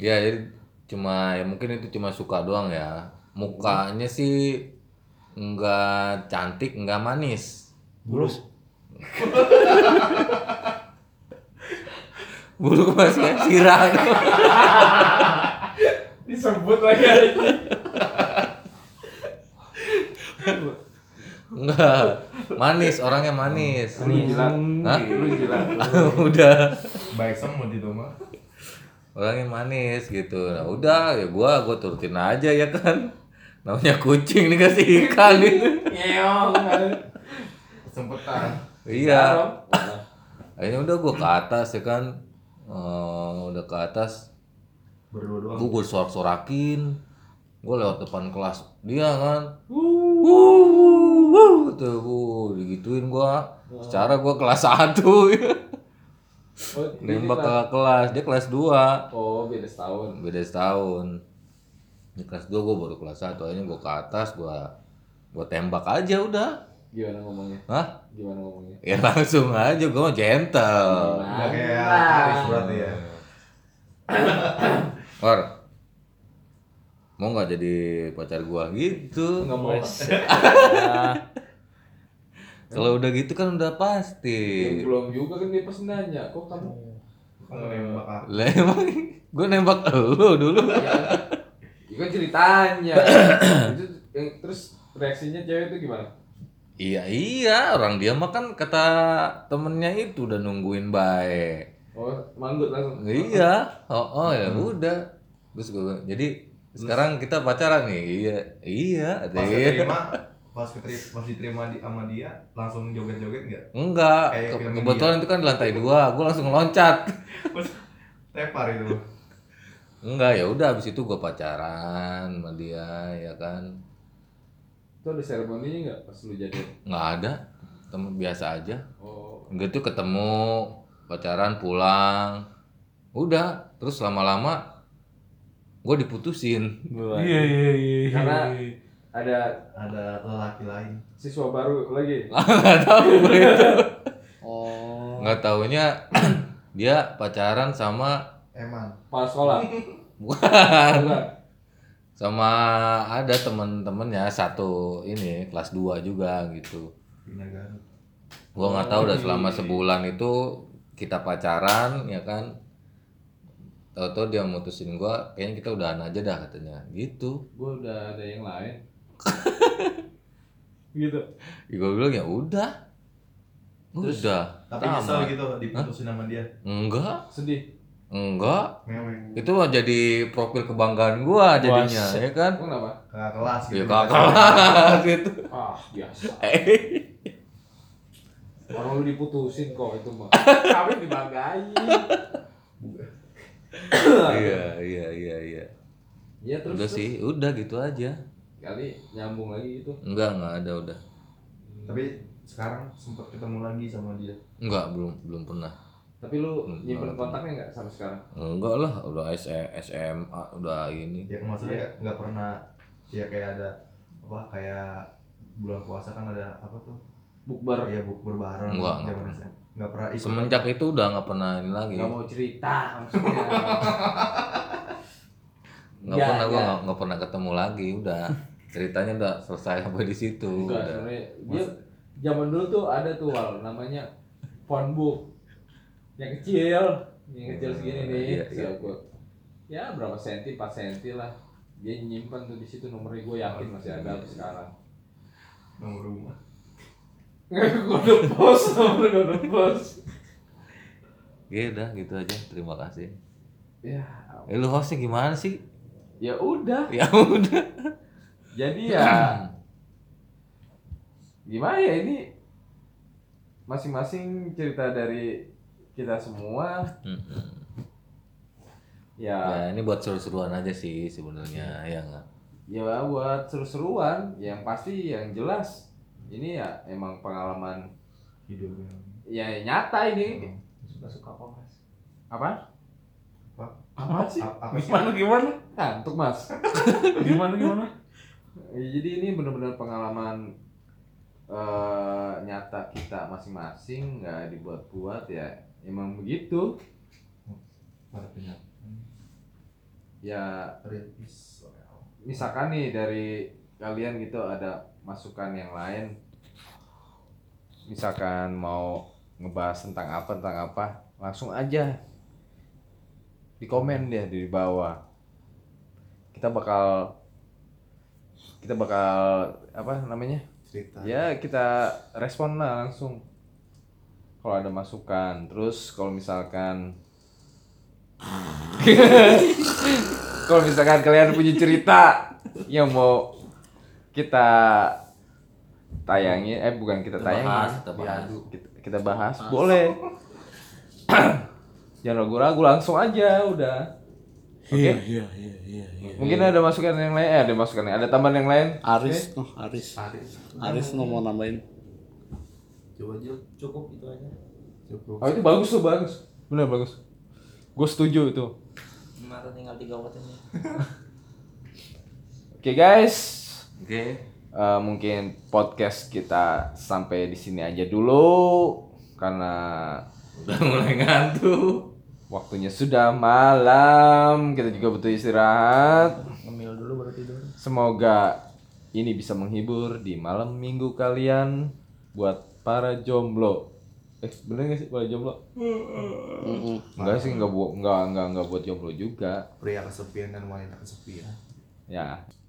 S2: Ya, jadi cuma ya mungkin itu cuma suka doang ya. Mukanya sih nggak cantik, nggak manis. [laughs] Buluk. Buluk mas kayak sirang.
S5: Disebut lagi.
S2: [laughs] Enggak. Manis, orangnya manis. Hah?
S1: Lu jilat.
S2: [laughs] Udah.
S7: Baik semut itu mah.
S2: orangnya manis gitu nah udah ya gua gua turutin aja ya kan namanya kucing dikasih ikan gitu
S7: Kesempetan.
S2: iya akhirnya udah gua ke atas ya kan Eh, udah ke atas
S7: Berdua doang.
S2: gua gua sorak-sorakin gua lewat depan kelas dia kan Uh, tuh gua digituin gua secara gua kelas 1 [laughs]
S5: Oh,
S2: nembak kakak kelas dia kelas 2
S1: Oh, beda setahun.
S2: beda setahun di kelas 2 gue baru kelas 1 akhirnya gue ke atas gue gue tembak aja udah
S1: Gimana ngomongnya?
S2: Hah?
S1: Gimana ngomongnya?
S2: ya langsung aja gue mah gentle
S7: Nggak kayak Aris berarti ya.
S2: Or mau nggak jadi pacar gua gitu
S1: Enggak mau.
S5: Ah.
S2: kalau udah gitu kan udah pasti
S1: Belum juga kan dia pasti nanya, kok kamu
S7: Kalau nembak aku.
S2: lah emang gue nembak elu dulu
S1: Itu kan ceritanya. itu yang terus reaksinya cewek itu gimana?
S2: iya iya orang dia mah kan kata temennya itu udah nungguin baik
S1: Oh, manggut langsung.
S2: Iya, oh, oh ya udah. Terus gue, jadi sekarang kita pacaran nih, iya, iya, ada
S7: Pas
S2: iya.
S7: keterima, pas keterima, pas diterima di sama dia langsung joget-joget nggak?
S2: Enggak,
S7: Kayak
S2: ke-
S7: film
S2: kebetulan itu kan di lantai dua, gue langsung loncat.
S7: Tepar itu.
S2: Enggak, ya udah, abis itu gue pacaran sama dia, ya kan,
S1: Itu ada seremoninya enggak pas lu jadi?
S2: nggak ada, temen biasa aja.
S1: Oh,
S2: Gitu ketemu, pacaran, pulang, udah, terus lama-lama gue diputusin.
S5: Iya iya iya. iya.
S1: Karena- ada
S7: Ada lelaki lain.
S1: siswa baru lagi.
S2: Nggak tahu gue itu.
S1: Oh,
S2: Nggak taunya [clears throat] dia pacaran sama
S7: Eman.
S1: kepala sekolah.
S2: Bukan.
S1: Enggak.
S2: Sama ada temen-temennya satu ini kelas 2 juga gitu.
S7: Bina Garut.
S2: Gua nggak tahu udah
S7: Oh,
S2: selama
S7: iya.
S2: sebulan itu kita pacaran ya kan. Tahu-tahu dia mutusin gua, kayaknya kita udahan aja dah katanya. Gitu.
S1: Gue udah ada yang lain. gitu.
S2: Ya, Gua bilang ya udah. Udah.
S7: Tapi
S2: tamat.
S7: nyesel gitu diputusin sama dia.
S2: Enggak,
S1: Sedih.
S2: enggak.
S7: Meweng.
S2: Itu mah jadi profil kebanggaan gua jadinya, ya kan?
S1: Lu kenapa?
S7: Kakak kelas gitu.
S6: Iya.
S2: Ya kakak [laughs] gitu.
S1: Ah,
S2: [laughs]
S1: biasa. Orang lu diputusin kok itu mah. Kami dibanggain.
S2: Iya, iya, iya, iya.
S1: Ya terus
S2: Udah sih, udah gitu aja.
S1: kali nyambung lagi gitu.
S2: Enggak, enggak ada udah.
S7: Tapi sekarang sempat ketemu lagi sama dia.
S2: Enggak, belum belum pernah.
S1: Tapi lu
S2: Hmm,
S1: nyimpen
S2: nggak.
S1: kontaknya nggak sampai sekarang?
S2: Enggak lah, udah S- SMA, udah ini.
S7: Ya maksudnya
S4: Iya.
S7: nggak nggak pernah ya kayak ada apa kayak bulan puasa kan ada apa tuh?
S1: Bukber.
S7: Ya bukber bareng.
S2: Enggak, enggak
S7: zaman
S2: pernah.
S7: SMA. Nggak pernah ikut.
S2: Semenjak itu udah nggak pernah ini lagi.
S1: Gak mau cerita maksudnya.
S2: Enggak
S1: Ya,
S2: pernah gua
S1: ya.
S2: [laughs] nggak- nggak pernah ketemu lagi, udah. Ceritanya udah selesai sampai di situ.
S1: Enggak
S2: udah.
S1: sebenarnya dia zaman dulu tuh ada tuh Wal, namanya phone book yang kecil, yang kecil segini nih.
S2: Iya, iya.
S1: setahu gua. Ya berapa senti, 4 senti lah. Dia nyimpan tuh di situ nomornya gue yakin masih ada sampai sekarang.
S7: Nomor rumah.
S1: gue udah post nomor gue udah post.
S2: Ya udah gitu aja. Terima kasih.
S1: Ya,
S2: Eh lu hostnya gimana sih? [laughs]
S1: ya udah.
S2: Ya udah.
S1: Jadi ya gimana ya ini masing-masing cerita dari kita semua
S2: Mm-mm.
S1: ya
S2: Ya ini buat seru-seruan aja sih sebenarnya, ya nggak?
S1: ya buat seru-seruan yang pasti yang jelas ini ya emang pengalaman
S7: Hidupnya.
S1: ya nyata ini
S7: Hmm.
S4: Suka suka kok mas.
S1: apa
S7: Apa?
S1: apa sih
S7: A- Apa sih?
S5: Gimana gimana?
S1: ngantuk mas
S5: [laughs] Gimana gimana?
S1: Ya, jadi ini benar-benar pengalaman eh, nyata kita masing-masing nggak dibuat-buat ya emang begitu
S7: Pada punya.
S1: ya
S7: Rilis. Well.
S1: misalkan nih dari kalian gitu ada masukan yang lain misalkan mau ngebahas tentang apa tentang apa langsung aja di komen deh di bawah kita bakal kita bakal apa namanya
S7: Cerita.
S1: ya kita respon lah langsung kalau ada masukan terus kalau misalkan kalau misalkan kalian punya cerita yang mau kita tayangi eh bukan kita
S2: Bahas,
S1: tayangin
S2: kita bahas.
S1: kita, kita bahas boleh [clears throat] jangan ragu-ragu langsung aja udah oke
S5: Iya iya iya. iya.
S1: mungkin ada masukan yang lain eh, ada masukan ada tambahan yang lain
S5: Aris, oh, Aris. Aris no mau nambahin.
S7: Coba aja.
S4: Cukup itu aja.
S7: Cukup.
S1: oh itu bagus tuh bagus
S8: Bener bagus. Gue setuju itu.
S4: Mata tinggal tiga watt ini.
S1: Oke guys,
S2: Oke.
S1: Eh, mungkin podcast kita sampai di sini aja dulu karena
S2: Udah mulai ngantuk.
S1: waktunya sudah malam. Kita juga butuh istirahat.
S4: Ngemil dulu baru tidur.
S1: Semoga ini bisa menghibur di malam minggu kalian buat para jomblo. Eh, bener gak sih para jomblo? Enggak sih, enggak buat enggak enggak enggak buat jomblo juga.
S7: pria kesepian dan wanita kesepian
S1: Ya,